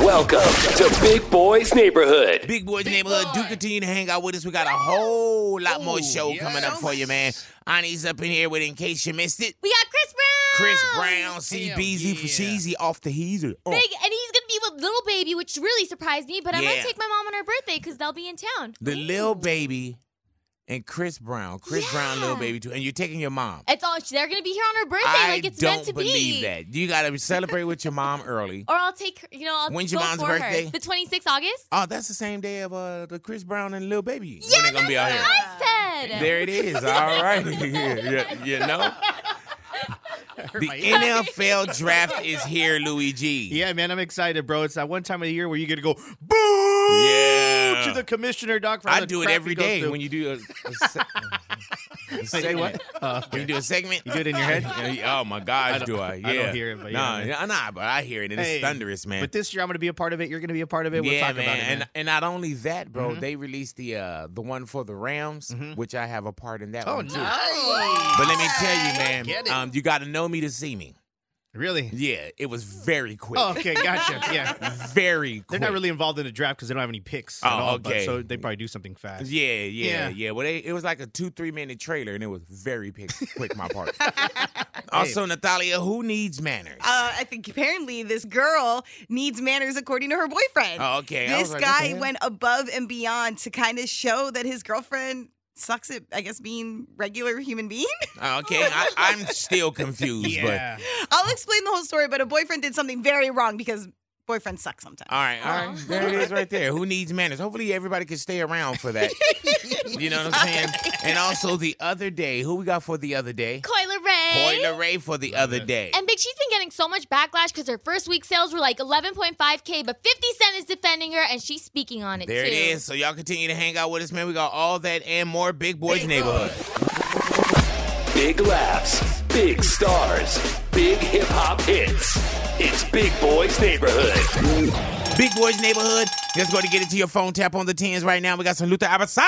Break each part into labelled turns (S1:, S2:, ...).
S1: Welcome to Big Boy's Neighborhood.
S2: Big Boys Neighborhood, do continue to hang out with us. We got a whole lot more show coming up for you, man. Ani's up in here with In Case You Missed It.
S3: We got Chris Brown.
S2: Chris Brown, CBZ for Cheesy off the heezer. Oh.
S3: Big, and he's gonna be with Little Baby, which really surprised me. But I
S2: Yeah.
S3: might take my mom on her birthday because they'll be in town.
S2: The Lil Baby and Chris Brown. Chris Brown, Lil
S3: Yeah.
S2: Baby, too. And you're taking your mom.
S3: It's all they're gonna be here on her birthday,
S2: I
S3: like it's
S2: don't
S3: meant to
S2: believe
S3: be.
S2: that. You got to celebrate with your mom early.
S3: Or I'll take her. You know, I'll
S2: When's your
S3: vote
S2: mom's
S3: for
S2: birthday?
S3: Her. The 26th August.
S2: Oh, that's the same day of uh, the Chris Brown and Lil Baby.
S3: Yeah,
S2: when they going to be out
S3: that's
S2: here.
S3: what I said.
S2: There it is. All right. Yeah, you know? The NFL draft is here, Luigi.
S4: Yeah, man, I'm excited, bro. It's that one time of the year where you get to go boo
S2: Yeah.
S4: to the commissioner, Doc. For all
S2: I
S4: the
S2: do it
S4: crap
S2: every
S4: he goes
S2: day
S4: through.
S2: when you do a, a, se- a segment.
S4: what? Uh,
S2: When you do a segment. You
S4: do it in your head?
S2: oh my gosh, do I? Yeah.
S4: I don't hear it, but
S2: nah,
S4: yeah,
S2: nah, nah, but I hear it. And
S4: Hey,
S2: it's thunderous, man.
S4: But this year, I'm going to be a part of it. You're going to be a part of it. We'll
S2: yeah,
S4: talk
S2: man.
S4: about it. Man. Mm-hmm.
S2: And and not only that, bro, they released the uh the one for the Rams, which I have a part in that
S4: oh,
S2: one too.
S4: nice.
S2: But let me tell you, man,
S4: Get it.
S2: um, you got to know me to see me.
S4: Really?
S2: Yeah, it was very quick.
S4: Oh, okay, gotcha. Yeah.
S2: Very quick.
S4: They're not really involved in the draft because they don't have any picks. at
S2: Oh,
S4: all, but-
S2: okay.
S4: so they probably do something fast.
S2: Yeah, yeah, yeah.
S4: Yeah.
S2: Well, they, it was like a two, three minute trailer, and it was very pick, quick, my part. also, Natalia, who needs manners?
S5: Uh, I think apparently this girl needs manners according to her boyfriend.
S2: Oh, okay. I was like, what
S5: This
S2: the
S5: guy
S2: hell?
S5: went above and beyond to kind of show that his girlfriend sucks at, I guess, being regular human being.
S2: Oh, okay, I, I'm still confused,
S4: Yeah.
S5: I'll explain the whole story, but a boyfriend did something very wrong because boyfriends suck sometimes.
S2: but all right, all right. There it is right there. Who needs manners? Hopefully, everybody can stay around for that. you know what I'm saying? And also, the other day, who we got for the other day?
S3: Coiler Ray.
S2: Boiler Ray for the other day.
S3: And Big, she's been getting so much backlash because her first week sales were like 11.5k, but 50 Cent is defending her, and she's speaking on it
S2: There
S3: too.
S2: it is. So y'all continue to hang out with us, man. We got all that and more Big Boys Neighborhood.
S1: Big laughs, big stars, big hip hop hits. It's Big Boy's Neighborhood.
S2: Big Boys Neighborhood. Just go to get it to your phone. Tap on the tens right now. We got some Luther Abasar.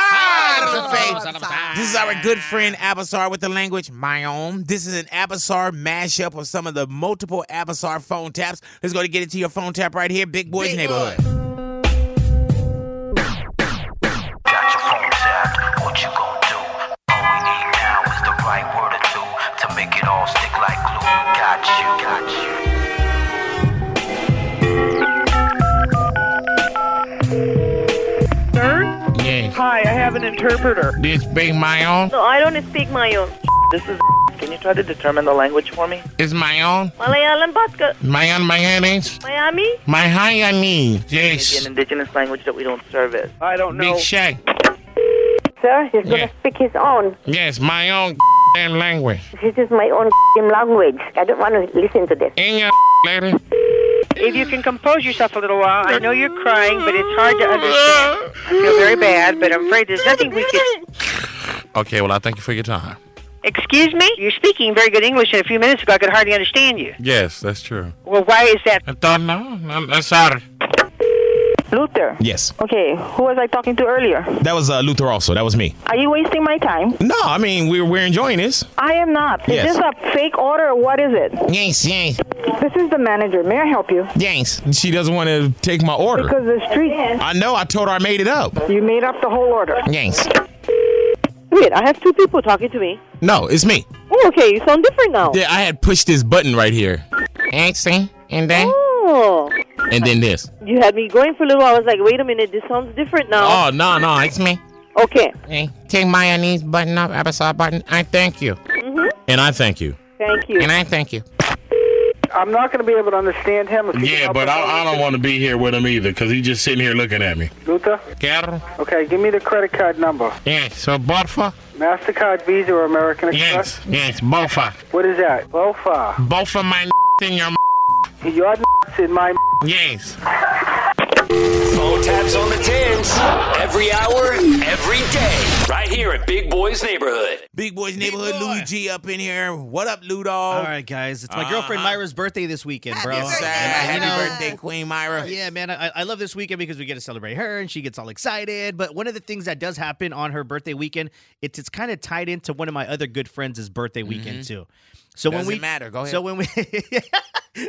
S2: This is our good friend Abasar with the language my own. This is an Abasar mashup of some of the multiple Abasar phone taps. Let's go to get it to your phone tap right here. Big Boys Neighborhood.
S6: Got your phone tapped, what you gon' do? All we need now is the right word or two to make it all stick like glue. Got you, got you.
S7: Sir?
S8: Yes,
S7: Hi, I have an interpreter.
S8: this being my own.
S7: No, I don't speak my own.
S6: This is. Can you try to determine the language for me?
S8: It's my own.
S7: Malayalam Batka,
S8: My own, my headaches.
S7: Miami?
S8: My high I need.
S6: Maybe an
S8: Yes.
S6: indigenous language that we don't service. Oh,
S7: I don't know.
S8: Big Shack.
S9: Sir, he's
S8: Yeah.
S9: gonna speak his own.
S8: Yes, my own damn language.
S9: This is my own language. I don't want to listen to this.
S7: uh,
S8: In your later.
S7: If you can compose yourself a little while, I know you're crying, but it's hard to understand. I feel very bad, but I'm afraid there's nothing we can.
S8: Okay, well, I thank you for your time.
S7: Excuse me? You're speaking very good English, and a few minutes ago I could hardly understand you.
S8: Yes, that's true.
S7: Well, why is that?
S8: I thought, no, no, no, sorry.
S9: Luther.
S10: Yes,
S9: Okay, who was I talking to earlier?
S10: that was uh, Luther. Also, that was me.
S9: Are you wasting my time?
S10: No, I mean we're we're enjoying this.
S9: I am not.
S10: Yes.
S9: Is this a fake order or what is it?
S10: Yes, yes,
S9: This is the manager. May I help you?
S10: yes. She doesn't want to take my order.
S9: Because the street,
S10: I know. I told her I made it up.
S9: you made up the whole order.
S10: Yes.
S9: Wait, I have two people talking to me.
S10: No, it's me.
S9: Oh, okay, you sound different now.
S10: Yeah, I had pushed this button right here. Yes, yes. and then
S9: Oh,
S10: and then this.
S9: you had me going for a little. I was like, wait a minute, this sounds different now.
S10: Oh no, no, it's me.
S9: Okay,
S8: Hey, take my knees button up, episode button. I thank you.
S7: Mm-hmm.
S10: And I thank you.
S9: thank you.
S8: I thank you.
S7: I'm not going to be able to understand him.
S8: Yeah, but I, I don't want to be here with him either because he's just sitting here looking at me.
S7: Luther?
S8: Carol?
S7: Okay, give me the credit card number.
S8: Yes, so Bofa?
S7: MasterCard, Visa, or American
S8: Yes, yes, Bofa.
S7: What is that? Low far.
S8: Both of my in your
S7: Your in my
S8: Yes.
S1: Phone Taps on the tens every hour, every day, right here at Big Boy's Neighborhood.
S2: Big Boys Neighborhood, Louis G up in here. What up, Uh, Ludo?
S4: All right, guys. It's my girlfriend Myra's birthday this weekend, bro.
S2: Sad.
S4: Yeah, you
S2: Uh-huh. Happy
S4: know,
S2: birthday, Queen Myra.
S4: Yeah, man, I, I love this weekend because we get to celebrate her and she gets all excited. But one of the things that does happen on her birthday weekend, it's it's kind of tied into one of my other good friends' birthday weekend too. So
S2: Mm-hmm.
S4: when
S2: Doesn't
S4: we
S2: matter. Go
S4: So when we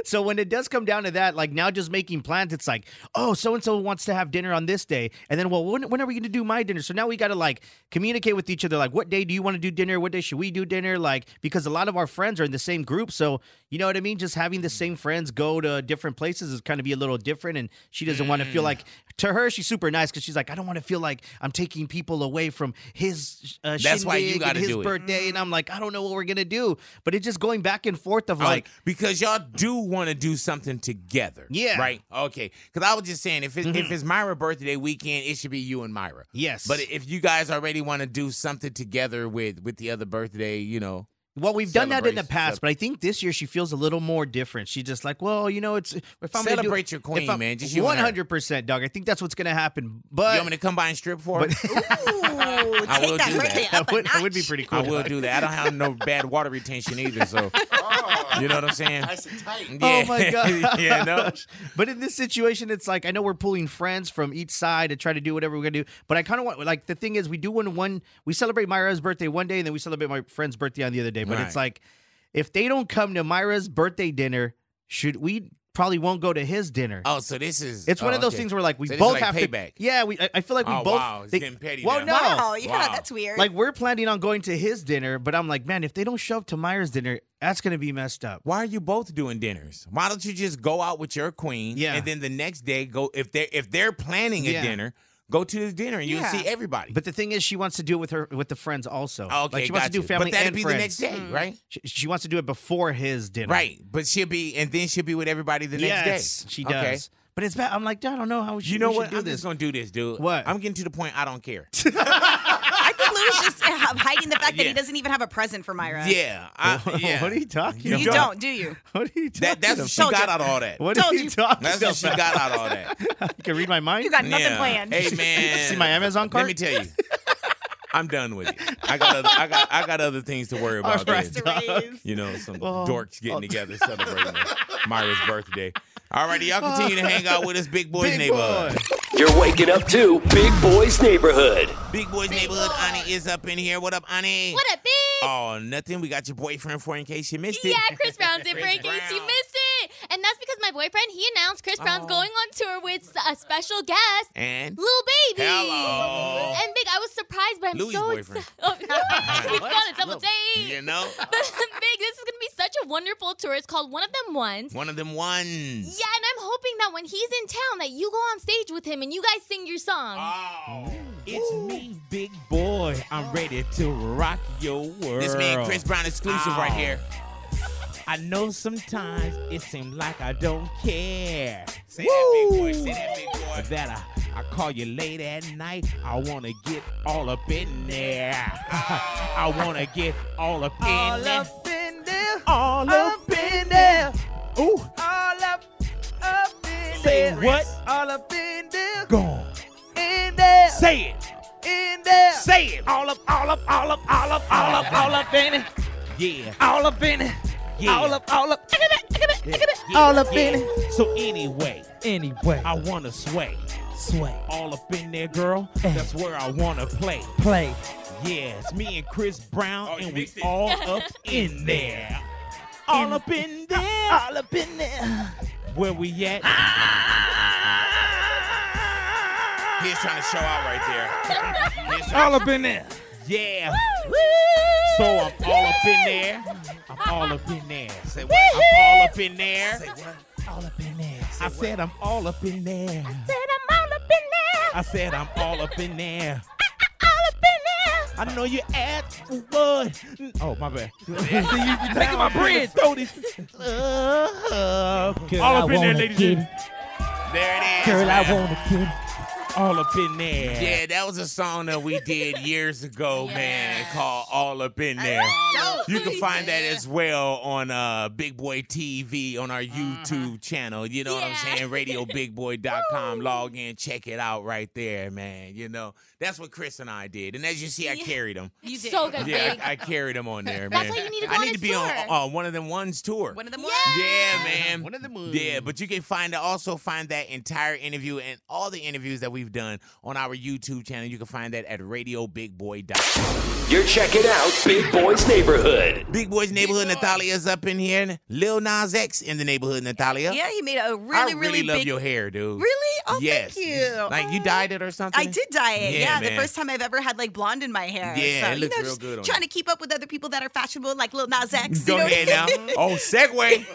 S4: So when it does come down to that, like now just making plans, it's like, oh, so and so wants to have dinner on this day, and then well, when, when are we going to do my dinner? So now we got to like communicate with each other, like what day do you want to do dinner? What day should we do dinner? Like because a lot of our friends are in the same group, so you know what I mean. Just having the same friends go to different places is kind of be a little different, and she doesn't want to feel like.
S2: Mm.
S4: To her, she's super nice because she's like, I don't want to feel like I'm taking people away from his. Uh,
S2: That's why you
S4: shindig and
S2: gotta
S4: his
S2: do it.
S4: birthday, and I'm like, I don't know what we're gonna do, but it's just going back and forth of
S2: Like
S4: like,
S2: oh, because y'all do want to do something together.
S4: Yeah. Mm-hmm.
S2: Right. Okay. Because I was just saying, if it, if it's Myra birthday weekend, it should be you and Myra.
S4: yes,
S2: But if you guys already want to do something together with with the other birthday, you know,
S4: Well, we've done that in the
S2: Celebrations,
S4: past, but I think this year she feels a little more different. She's just like, well, you know, it's if I'm gonna do-
S2: Celebrate your queen,
S4: if I'm-
S2: man. Just you and her.
S4: 100%, dog. I think that's what's going to happen.
S2: you
S4: But
S2: want me to come by and strip for her?
S5: Ooh,
S2: I will do
S5: take that
S2: that.
S5: birthday
S4: I
S5: up a
S4: would,
S5: notch.
S4: I would be pretty cool.
S2: I will do that. I don't have no bad water retention either, so you know what I'm saying.
S4: Oh my god!
S2: yeah, no.
S4: But in this situation, it's like I know we're pulling friends from each side to try to do whatever we're gonna do. But I kind of want like the thing is we do one one we celebrate Myra's birthday one day and then we celebrate my friend's birthday on the other day. But it's
S2: Right.
S4: like if they don't come to Myra's birthday dinner, should we probably won't go to his dinner?
S2: Oh, so this is
S4: It's
S2: one
S4: one of those things where like we
S2: So this is
S4: both
S2: like
S4: have
S2: payback.
S4: to. Yeah, we. I, I feel like we
S2: Oh,
S4: both.
S2: wow, it's getting petty
S4: Well,
S2: now.
S4: no,
S5: Wow, yeah,
S2: Wow.
S5: that's weird.
S4: like we're planning on going to his dinner, but I'm like, man, if they don't show up to Myra's dinner, that's gonna be messed up.
S2: Why are you both doing dinners? Why don't you just go out with your queen?
S4: Yeah.
S2: And then the next day go if they are if they're planning a
S4: Yeah.
S2: dinner, go to the dinner and you'll
S5: Yeah.
S2: see everybody. Ah,
S4: But the thing is, she wants to do it with her with the friends also.
S2: okay,
S4: like she wants
S2: got
S4: to do
S2: you.
S4: family
S2: But that'd
S4: and
S2: be
S4: friends.
S2: the next
S5: Mm-hmm.
S2: day, right?
S4: She, she wants to do it before his dinner.
S2: Right. But she'll be and then she'll be with everybody the next
S4: yes,
S2: day.
S4: she does.
S2: Okay.
S4: But it's bad. I'm like, I don't know how she,
S2: You know
S4: we should
S2: what?
S4: do
S2: I'm
S4: this.
S2: just gonna do this, dude.
S4: What?
S2: I'm getting to the point I don't care.
S5: I think Lou's just uh, hiding the fact that
S2: Yeah.
S5: he doesn't even have a present for Myra.
S2: yeah. I, yeah.
S4: What are you talking?
S2: You
S5: You
S4: about?
S5: don't, do you?
S4: What are you talking?
S2: that, that's what she
S5: Told
S2: got
S5: you.
S2: out of all that.
S4: about? What are
S5: Told
S4: you
S5: you.
S4: talking
S2: That's what she
S4: about?
S2: got out of all that.
S4: You can read my mind.
S5: You got nothing
S2: Yeah.
S5: planned.
S2: Hey man,
S4: See my Amazon cart?
S2: Let me tell you, I'm done with it. I got other, I got I got other things to worry about.
S4: right, Oh.
S2: than, You know, some
S4: Well,
S2: dorks getting together celebrating Myra's birthday. All righty, y'all continue to hang out with us, Big Boys
S4: Big
S2: Neighborhood.
S4: boy.
S1: You're waking up to Big Boy's Neighborhood.
S2: Big Boys Neighborhood. Ani is up in here. What up, Ani?
S3: What a big
S2: Oh, nothing. We got your boyfriend for in case you missed it.
S3: yeah, Chris Brown's in for in
S2: Chris
S3: case you
S2: Brown.
S3: missed it. And that's because my boyfriend he announced Chris Brown's
S2: Oh.
S3: going on tour with a special guest,
S2: And
S3: Lil Baby.
S2: Hello.
S3: And Big, I was surprised, but I'm
S2: Louis'
S3: so
S2: boyfriend.
S3: excited. Oh, we got a double date.
S2: you know,
S3: Big, this is gonna be such a wonderful tour. It's called One of Them Ones.
S2: one of them ones.
S3: Yeah, and I'm hoping that when he's in town, that you go on stage with him and you guys sing your song.
S2: Oh.
S11: It's me, big boy. I'm ready to rock your world. Oh. Ah.
S2: This man Chris Brown exclusive right
S11: Ow.
S2: here.
S11: I know sometimes it seems like I don't care.
S2: Say that big boy. Say that big boy.
S11: That I, I call you late at night. I wanna get all up in there. I wanna get all up in there. All up in there. Ooh. All up, up in Say there. what? All up in there. Gone. In there. Say it. In there. Say it. All up, all up, all up, all up, all up, all up in it. Yeah. All up in it. Yeah. All up, all up. all up in it. So anyway, anyway, I wanna sway, sway. All up in there, girl.
S2: Eh.
S11: That's where I wanna play, play. Yes, me and Chris Brown,
S2: Oh, you
S11: and we
S2: mixed it.
S11: all up in there. All up in there. All up in there. Where we at?
S2: He's trying to show out right there.
S11: all up in there. Yeah. So I'm all up in there. I'm all up in there.
S2: Say what?
S11: I'm all up in there.
S2: Say what?
S11: All up in there. I said I'm all up in there.
S3: I'm all up in there.
S11: I said I'm all up in there.
S3: All up in there.
S11: I know you asked for what. Oh, my bad. See, you, you taking my bread. Throw this. Uh-huh. Love. all up in there, ladies.
S2: There it is. Girl, I want
S11: all up in there.
S2: Yeah, that was a song that we did years ago, man, called All Up In There. You can find that as well on uh, Big Boy TV on our
S12: Uh-huh.
S2: YouTube channel. You know what I'm saying? RadioBigBoy.com. Log in, check it out right there, man. You know, that's what Chris and I did. And as you see, I carried him.
S12: You did. So good,
S2: Yeah,
S12: Big.
S2: I, I carried him on there, man.
S12: That's why you need to go
S2: I
S12: on
S2: need
S12: a
S2: to be
S12: tour.
S2: on uh, one of them ones tour.
S5: One of them ones.
S2: Yeah, man.
S4: One of them ones.
S2: Yeah, but you can find also find that entire interview and all the interviews that we've done on our YouTube channel. You can find that at radiobigboy.com.
S1: You're checking out Big Boy's Neighborhood.
S2: Big Boy's Neighborhood Nathalia's up in here. Lil Nas X in the neighborhood, Nathalia.
S5: Yeah, he made a really,
S2: I really,
S5: really,
S2: love
S5: big.
S2: your hair, dude.
S5: Really? Oh,
S2: yes.
S5: thank you. Oh.
S2: Like you dyed it or something?
S5: I did dye it.
S2: Yeah,
S5: Yeah,
S2: man.
S5: the first time I've ever had like blonde in my hair.
S2: Yeah,
S5: so,
S2: it looks
S5: you know,
S2: real
S5: just
S2: good on
S5: Trying
S2: you.
S5: to keep up with other people that are fashionable, like Lil Nas X.
S2: Go
S5: you know?
S2: ahead now. Oh, segue.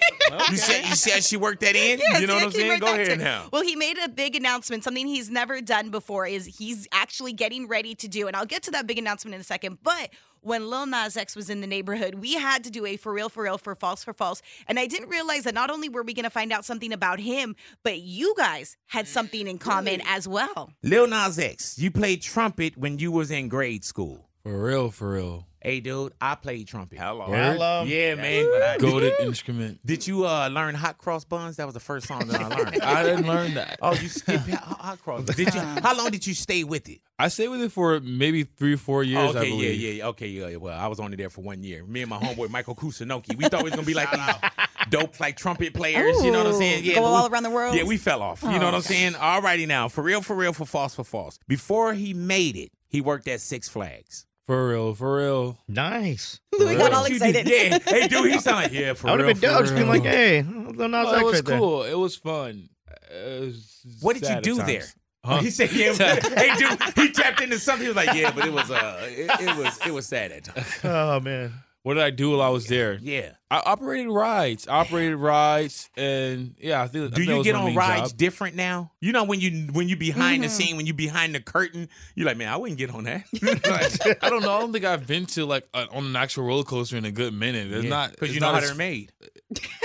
S2: You said you said she worked that in.
S5: Yes,
S2: you know
S5: yeah,
S2: what I'm
S5: came
S2: saying?
S5: right
S2: Go
S5: back to
S2: ahead
S5: it.
S2: now.
S5: Well, he made a big announcement. Something he's never done before is he's actually getting ready to do, and I'll get to that big announcement in a second. But when Lil Nas X was in the neighborhood, we had to do a for real, for real, for false, for false. And I didn't realize that not only were we going to find out something about him, but you guys had something in common as well.
S2: Lil Nas X, you played trumpet when you was in grade school.
S8: For real, for real.
S2: Hey, dude, I played trumpet. Hello.
S8: Hello.
S2: Yeah, man.
S8: Goaded instrument.
S2: Did you uh, learn hot cross buns? That was the first song that I learned.
S8: I didn't learn that.
S2: Oh, you skipped hot, hot cross. Did you? How long did you stay with it?
S8: I stayed with it for maybe three, four years.
S2: okay,
S8: I believe.
S2: yeah, yeah, okay, yeah, yeah. Well, I was only there for one year. Me and my homeboy Michael Kusanoki, we thought we was gonna be like these dope, like trumpet players. you know what I'm saying?
S5: Go
S2: but we-
S5: all around the world. Oh.
S2: Yeah, we fell off. you know what I'm saying? Alrighty now, for real, for real, for false, for false. Before he made it, he worked at Six Flags.
S8: For real, for real.
S4: Nice.
S5: Louis got all
S2: You did-
S5: excited.
S2: Yeah. Hey, dude, he sounded like yeah. For
S4: I would
S2: real,
S4: have been
S2: for
S4: dope. Just being
S2: real.
S4: like, hey, Lil Nas
S8: Oh,
S4: X
S8: it was
S4: right there.
S8: cool. It was fun. Uh, It was
S2: What did you
S8: sad at
S2: do
S8: times.
S2: there?
S8: Huh?
S2: He said, "Yeah." hey, dude, he tapped into something. He was like, "Yeah," but it was uh, it, it was it was sad at times.
S4: Oh man.
S8: What did I do while I was there?
S2: Yeah.
S8: I operated rides. I operated rides, and yeah, I think. I
S2: Do
S8: think that
S2: you
S8: was
S2: get
S8: my
S2: on
S8: main
S2: rides
S8: job.
S2: different now? You know when you when you behind
S5: Mm-hmm.
S2: the scene, when you behind the curtain, you're like, man, I wouldn't get on that.
S8: Like, I don't know. I don't think I've been to like a, on an actual roller coaster in a good minute. It's not
S2: because
S8: it's
S2: you know
S8: not
S2: how
S8: as-
S2: they're made.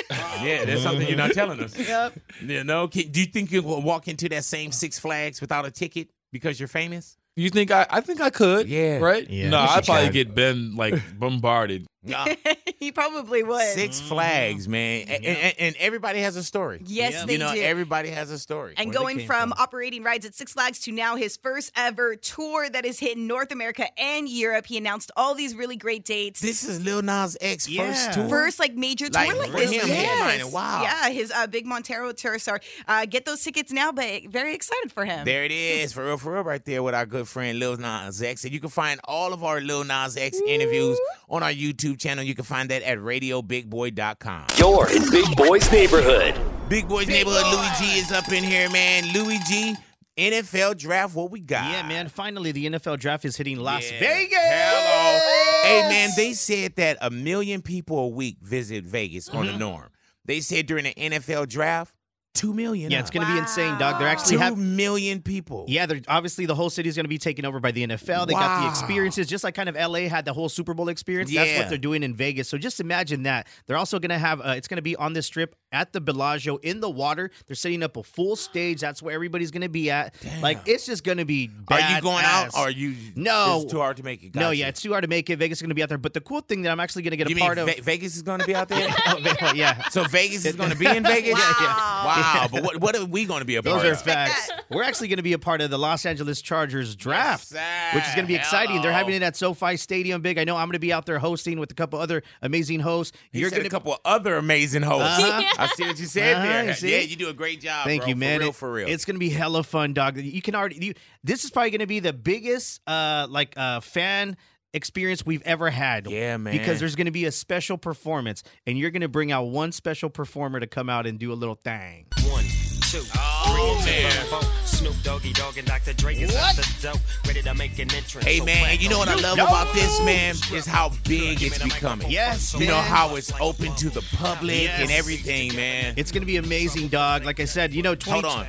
S2: yeah, that's something you're not telling us.
S5: Yep.
S2: You know, can, do you think you will walk into that same Six Flags without a ticket because you're famous?
S8: You think I? I think I could.
S2: Yeah.
S8: Right.
S4: Yeah.
S8: No,
S4: You should
S8: I'd probably
S4: try.
S8: get been like bombarded.
S2: Nah.
S5: he probably would.
S2: Six
S8: Mm-hmm.
S2: Flags, man, A- and, and, and everybody has a story.
S5: Yes,
S2: you
S5: they
S2: know,
S5: do.
S2: everybody has a story.
S5: and
S2: Where they
S5: going
S2: came
S5: from, operating rides at Six Flags to now his first ever tour that is hitting North America and Europe. He announced all these really great dates.
S2: This is Lil Nas X
S4: Yeah.
S2: first tour.
S5: first like major tour
S2: Like,
S5: like,
S2: for
S5: this.
S2: him, yeah.
S5: yes.
S2: Mine, wow.
S5: Yeah, his uh, big Montero tour. So uh, get those tickets now, but very excited for him.
S2: There it is, for real, for real, right there with our good friend Lil Nas X. And you can find all of our Lil Nas X interviews on our YouTube channel. You can find that at radiobigboy.com.
S1: You're in Big Boy's Neighborhood.
S2: Big Boys Neighborhood, Louis G is up in here, man. Louis G, NFL draft, what we got?
S4: Yeah, man. Finally, the NFL draft is hitting Las
S2: Yeah.
S4: Vegas.
S2: Hello. Hey, man, they said that a million people a week visit Vegas on
S4: Mm-hmm.
S2: the norm. They said during the NFL draft, two million.
S4: Yeah, it's
S2: going
S4: gonna be insane, dog. They're actually having.
S2: people.
S4: Yeah, they're obviously the whole city is going to be taken over by the NFL. They got
S2: Wow.
S4: the experiences, just like kind of LA had the whole Super Bowl experience. That's
S2: Yeah.
S4: what they're doing in Vegas. So just imagine that. They're also going to have uh, it's going to be on this strip at the Bellagio in the water. They're setting up a full stage. That's where everybody's going to be at. Like it's just going to be.
S2: Are you going out?
S4: badass.
S2: Or are you?
S4: No.
S2: it's too hard to make it.
S4: No,
S2: Gotcha.
S4: yeah, it's too hard to make it. Vegas is going to be out there. But the cool thing that I'm actually going to get
S2: you
S4: a
S2: mean
S4: part of.
S2: Ve- Vegas is going to be out there?
S4: Oh, Ve- yeah.
S2: so Vegas is going to be in Vegas?
S4: Yeah,
S5: yeah.
S2: Wow. But what, what are we going to be a
S4: Those
S2: part
S4: are
S2: of?
S4: facts. We're actually going to be a part of the Los Angeles Chargers draft,
S2: sir.
S4: which is going to be exciting. They're having
S2: Hello.
S4: it at SoFi Stadium. Big. I know I'm going to be out there hosting with a couple other amazing hosts.
S2: He
S4: You're
S2: said
S4: going
S2: a couple of other amazing hosts.
S4: Uh-huh.
S2: I see what you said
S4: Uh-huh,
S2: there.
S4: you see?
S2: yeah, you do a great job.
S4: Thank
S2: bro.
S4: you, man.
S2: For real,
S4: It-
S2: for real.
S4: It's gonna be hella fun, dog. You can already. You, this is probably gonna be the biggest, uh, like, uh, fan experience we've ever had.
S2: Yeah, man.
S4: Because there's gonna be a special performance, and you're gonna bring out one special performer to come out and do a little thing.
S13: One, two,
S2: Oh,
S13: three,
S2: man.
S13: two, four, four. Snoop Doggy Dogg and Dr. Drake is out the dope, ready to make an entrance.
S2: Hey
S13: So
S2: man,
S13: crack
S2: and you know what I
S13: on
S2: love
S13: up.
S2: about this man is how big it's becoming.
S4: Yes,
S2: you know
S4: man.
S2: how it's open to the public
S4: Yes.
S2: and everything, man.
S4: It's gonna be amazing, dog. Like I said, you know, 20,
S2: Hold on,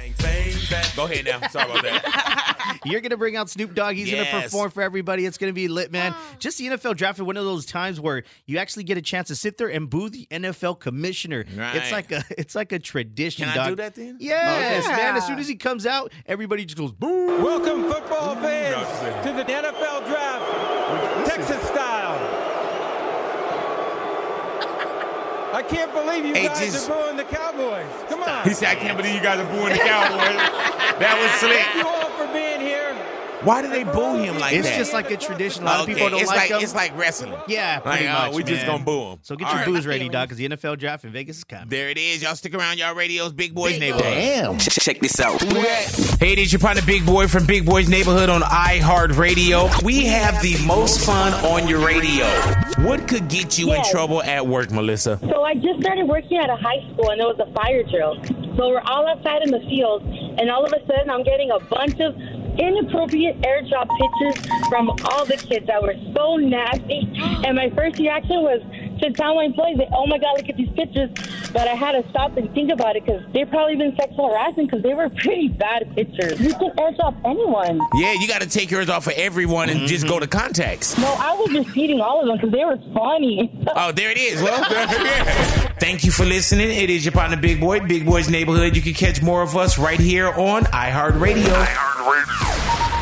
S2: go ahead now. Sorry about that.
S4: You're gonna bring out Snoop Dogg. He's
S2: Yes.
S4: gonna perform for everybody. It's gonna be lit, man. Just the NFL draft is one of those times where you actually get a chance to sit there and boo the NFL commissioner.
S2: Right.
S4: It's like a it's like a tradition.
S2: Can I
S4: dog.
S2: do that then?
S11: Oh,
S4: Yes, man. As soon as he comes out, everybody just goes boo.
S14: Welcome, football fans, to the NFL draft, Texas style. I can't believe you
S2: Hey,
S14: guys
S2: just-
S14: are booing the Cowboys. Come on.
S2: He said, I can't believe you guys are booing the Cowboys. that was
S14: Thank you
S2: slick.
S14: all for being here.
S2: Why do they boo him like
S4: it's
S2: that?
S4: just like a tradition. A lot
S2: Okay,
S4: of people don't
S2: it's
S4: like,
S2: like-
S4: them.
S2: it's like wrestling.
S4: Yeah,
S2: Like,
S4: pretty
S2: oh,
S4: much.
S2: we just
S4: man.
S2: gonna boo 'em.
S4: So get
S2: All
S4: your
S2: right.
S4: booze ready, dog, because the NFL draft in Vegas is coming.
S2: There it is. Y'all stick around. Y'all radios, Big Boys Neighborhood.
S7: Damn.
S2: Check this out.
S7: Hey, it is your partner, Big Boy from Big Boy's Neighborhood on iHeartRadio. We have the most fun on your radio. What could get you
S15: Yes.
S7: in trouble at work, Melissa?
S15: So I just started working at a high school, and there was a fire drill. So we're all outside in the field, and all of a sudden, I'm getting a bunch of inappropriate airdrop pictures from all the kids that were so nasty. And my first reaction was to tell my employees, that, "Oh my God, look at these pictures!" But I had to stop and think about it because they probably been sexual harassing because they were pretty bad pictures. You can airdrop anyone.
S2: Yeah, you got to take yours off for everyone and just go to contacts.
S9: Mm-hmm.
S15: No, I was just feeding all of them because they were funny.
S2: Oh, there it is. Well,
S7: Thank you for listening. It is your partner, Big Boy, Big Boy's Neighborhood. You can catch more of us right here on iHeartRadio.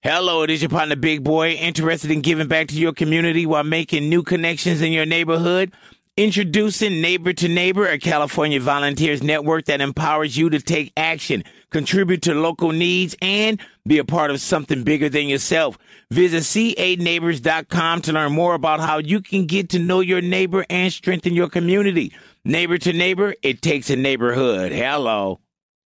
S7: Hello, it is your partner, Big Boy, interested in giving back to your community while making new connections in your neighborhood. Introducing Neighbor to Neighbor, a California volunteers network that empowers you to take action, contribute to local needs, and be a part of something bigger than yourself. Visit ca-neighbors.com to learn more about how you can get to know your neighbor and strengthen your community. Neighbor to neighbor, it takes a neighborhood. Hello.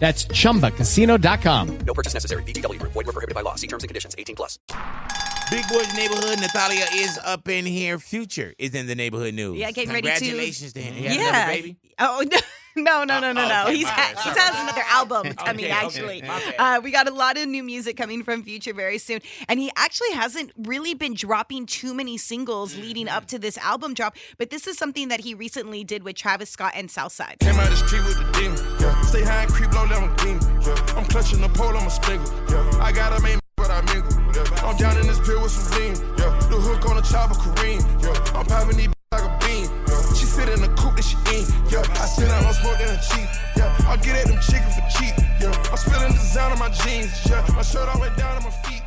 S16: That's chumbacasino.com.
S17: No purchase necessary. VGW Group. Void were prohibited by law. See terms and conditions. 18 plus.
S2: Big Boys Neighborhood, Natalia is up in here. Future is in the neighborhood news.
S5: Yeah, getting ready to.
S2: Congratulations to him. He had
S5: yeah.
S2: another baby? Oh,
S5: Oh no. No, no, no, no, no.
S2: okay,
S5: He's
S2: my
S5: ha-
S2: bad,
S5: he
S2: sorry.
S5: has another album coming.
S2: okay,
S5: actually,
S2: my bad.
S5: uh, we got a lot of new music coming from Future very soon, and he actually hasn't really been dropping too many singles leading up
S2: Mm-hmm.
S5: to this album drop. But this is something that he recently did with Travis Scott and Southside.
S18: Came out the street with the demon. Yeah. Stay high and creep low, level demon. Yeah. I'm clutching the pole, I'm a stingle. Yeah. I got a main, but I mingle. Yeah. I'm down in this pill with some lean. Yeah. The hook on the chopper, Kareem. Yeah. I'm popping these like a bean. Yeah. She sit in the coupe that she in. Yeah. I sit out on smoke in her cheek. Yeah. I get at them chicken for cheap. Yeah. I'm spilling the design on my jeans. Yeah. My shirt all the way down to my feet.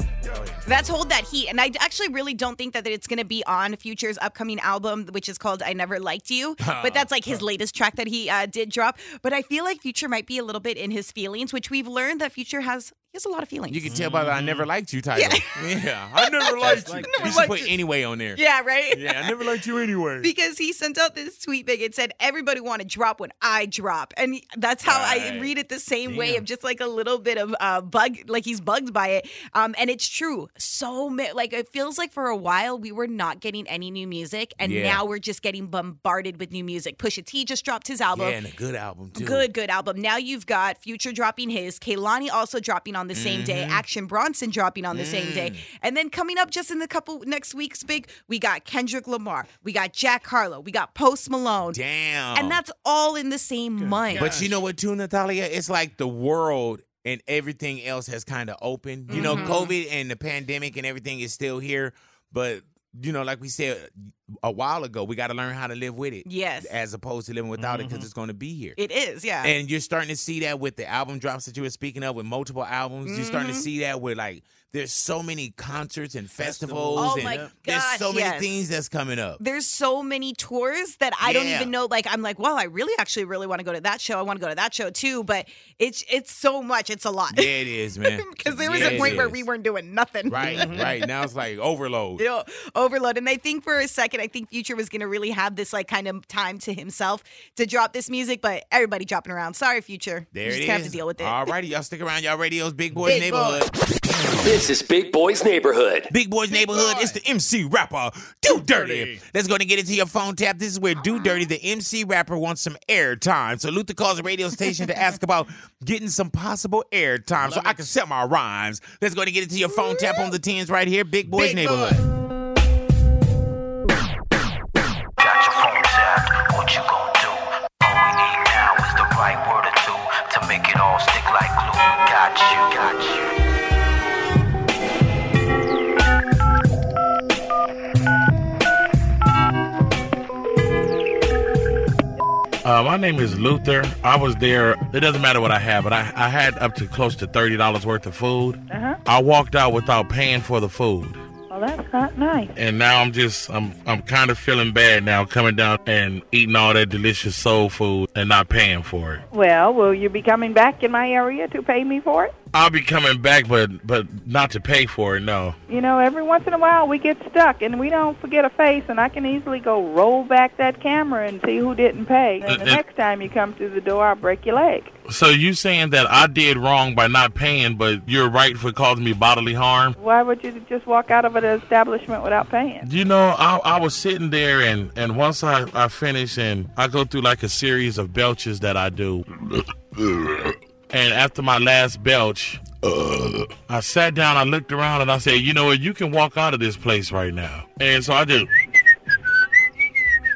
S5: That's Hold That Heat. And I d- actually really don't think that it's going to be on Future's upcoming album, which is called I Never Liked You. but that's like his latest track that he uh, did drop. But I feel like Future might be a little bit in his feelings, which we've learned that Future has. He has a lot of feelings.
S2: You can tell by the I never liked you title. Yeah, I never liked you. you should put anyway on there.
S5: Yeah, right?
S2: Yeah, I never liked you anyway.
S5: Because he sent out this tweet, big. It said, "Everybody want to drop when I drop," and that's how I
S19: Right.
S5: read it the same way of just like a little bit of uh, bug, like he's bugged by it. Um, and it's true. So ma- like it feels like for a while we were not getting any new music, and
S2: Yeah.
S5: now we're just getting bombarded with new music. Pusha T just dropped his album.
S2: Yeah, and a good album too.
S5: Good, good album. Now you've got Future dropping his, Kaylani also dropping on the same day,
S2: Mhm.
S5: Action Bronson dropping on the same
S2: Mm.
S5: day. And then coming up just in the couple next weeks, big, we got Kendrick Lamar, we got Jack Harlow, we got Post Malone.
S2: Damn.
S5: And that's all in the same month.
S2: But you know what, too, Natalia? It's like the world and everything else has kind of opened. You know,
S5: Mhm.
S2: COVID and the pandemic and everything is still here. But, you know, like we said a while ago, we got to learn how to live with it.
S5: Yes. Mm-hmm.
S2: As opposed to living without it because it's going to be here.
S5: It is, yeah.
S2: And you're starting to see that with the album drops that you were speaking of, with multiple albums. You're starting to
S5: Mhm.
S2: see that with like, there's so many concerts and festivals.
S5: Oh
S2: and
S5: my
S2: There's
S5: gosh,
S2: so many
S5: yes.
S2: things that's coming up.
S5: there's so many tours that I don't
S2: Yeah.
S5: even know. Like I'm like, well, I really actually really want to go to that show. I want to go to that show too. But it's it's so much. It's a lot.
S2: Yeah, it is, man.
S5: Because there was
S2: Yeah,
S5: a
S2: it
S5: point where Mm-hmm.
S2: is.
S5: we weren't doing nothing.
S2: Right, right. Now it's like overload.
S5: you know, overload. And I think for a second, and I think Future was gonna really have this like kind of time to himself to drop this music, but everybody dropping around. Sorry, Future.
S2: There
S5: you
S2: it
S5: just
S2: is.
S5: have to deal with it.
S2: All righty, y'all stick around. Y'all radios, Big Boys
S5: Big
S2: Neighborhood.
S1: This is Big Boys Neighborhood.
S2: Big Boys Neighborhood. It's the MC rapper, Do Dirty. Uh-huh. That's going to get into your phone tap. This is where Do Dirty, the MC rapper, wants some airtime. So Luther calls the radio station to ask about getting some possible airtime so I can set my rhymes. That's going to get into your phone tap on the tens right here, Big Boys Neighborhood.
S6: Got your phone tapped, what you gon' do? All we need now is the right word or two to make it all stick like glue. Got you, got you.
S8: Uh, my name is Luther. I was there. It doesn't matter what I had, but I, I had up to close to thirty dollars worth of food.
S14: Uh-huh.
S8: I walked out without paying for the food,
S14: Well, that's not nice.
S8: and now I'm just I'm I'm kind of feeling bad now coming down and eating all that delicious soul food and not paying for it.
S14: Well, will you be coming back in my area to pay me for it?
S8: I'll be coming back, but but not to pay for it. No.
S14: You know, every once in a while we get stuck and we don't forget a face, and I can easily go roll back that camera and see who didn't pay. And the
S8: Uh, uh,
S14: next time you come through the door, I'll break your leg.
S8: So you saying that I did wrong by not paying, but you're right for causing me bodily harm?
S14: Why would you just walk out of an establishment without paying?
S8: You know, I, I was sitting there, and, and once I, I finish, and I go through like a series of belches that I do. And after my last belch, I sat down, I looked around, and I said, you know what, you can walk out of this place right now. And so I just.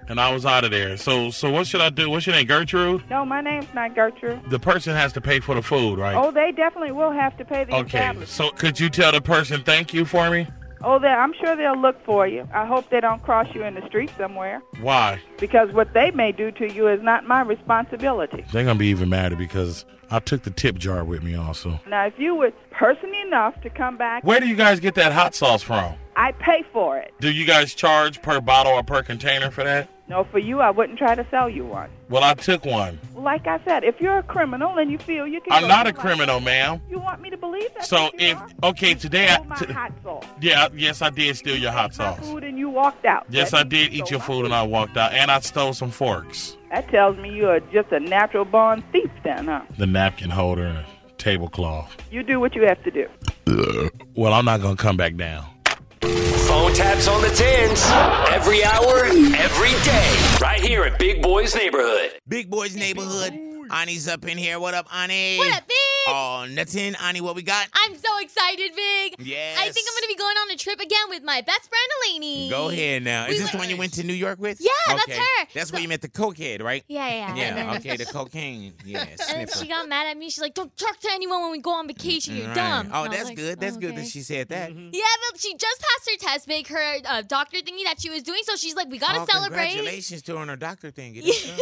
S8: And I was out of there. So, so what should I do? What's your name, Gertrude?
S14: No, my name's not Gertrude.
S8: The person has to pay for the food, right?
S14: Oh, they definitely will have to pay the
S8: okay.
S14: establishment.
S8: So, could you tell the person thank you for me?
S14: Oh, they, I'm sure they'll look for you. I hope they don't cross you in the street somewhere
S8: Why?
S14: because what they may do to you is not my responsibility.
S8: They're gonna be even madder because I took the tip jar with me also.
S14: Now, if you were person enough to come back,
S8: Where do you guys get that hot sauce from?
S14: I pay for it.
S8: Do you guys charge per bottle or per container for that?
S14: No, for you, I wouldn't try to sell you one.
S8: Well, I took one.
S14: Like I said, if you're a criminal and you feel you can,
S8: I'm
S14: go
S8: not
S14: to
S8: a criminal, ma'am.
S14: You want me to believe that?
S8: So if okay today, I,
S14: my
S8: t-
S14: hot sauce,
S8: yeah, yes, I did steal your hot sauce.
S14: food, and you walked out.
S8: Yes, I did eat your food and I walked out, and I stole some forks,
S14: That tells me you're just a natural born thief, then, huh?
S8: the napkin holder, and a tablecloth.
S14: You do what you have to do.
S8: Well, I'm not gonna come back down.
S1: Phone taps on the tens every hour, every day, right here at Big Boys Neighborhood.
S2: Big Boys Neighborhood. Ani's up in here. What up, Ani?
S3: What up, Big?
S2: Oh, nothing. Ani, what we got?
S3: I'm so excited, Big.
S2: Yes.
S3: I think I'm going to be going on a trip again with my best friend, Eleni.
S2: Go ahead now. Is this the one you went to New York with?
S3: Yeah, that's
S2: Okay.
S3: her.
S2: That's where you met the cokehead, right?
S3: Yeah, yeah, yeah.
S2: Yeah,
S3: And then-
S2: okay, the cocaine. Yeah,
S3: And then
S2: sniffer.
S3: she got mad at me. She's like, don't talk to anyone when we go on vacation. You're
S2: Right.
S3: dumb. And I
S2: Oh,
S3: was
S2: that's
S3: like,
S2: good. That's good that
S3: okay.
S2: she said that.
S3: Yeah, but she just passed her test, big her uh, doctor thingy that she was doing. So she's like, we gotta
S2: Oh,
S3: celebrate.
S2: Congratulations to her on her doctor thing. It
S3: Yeah.
S2: is done.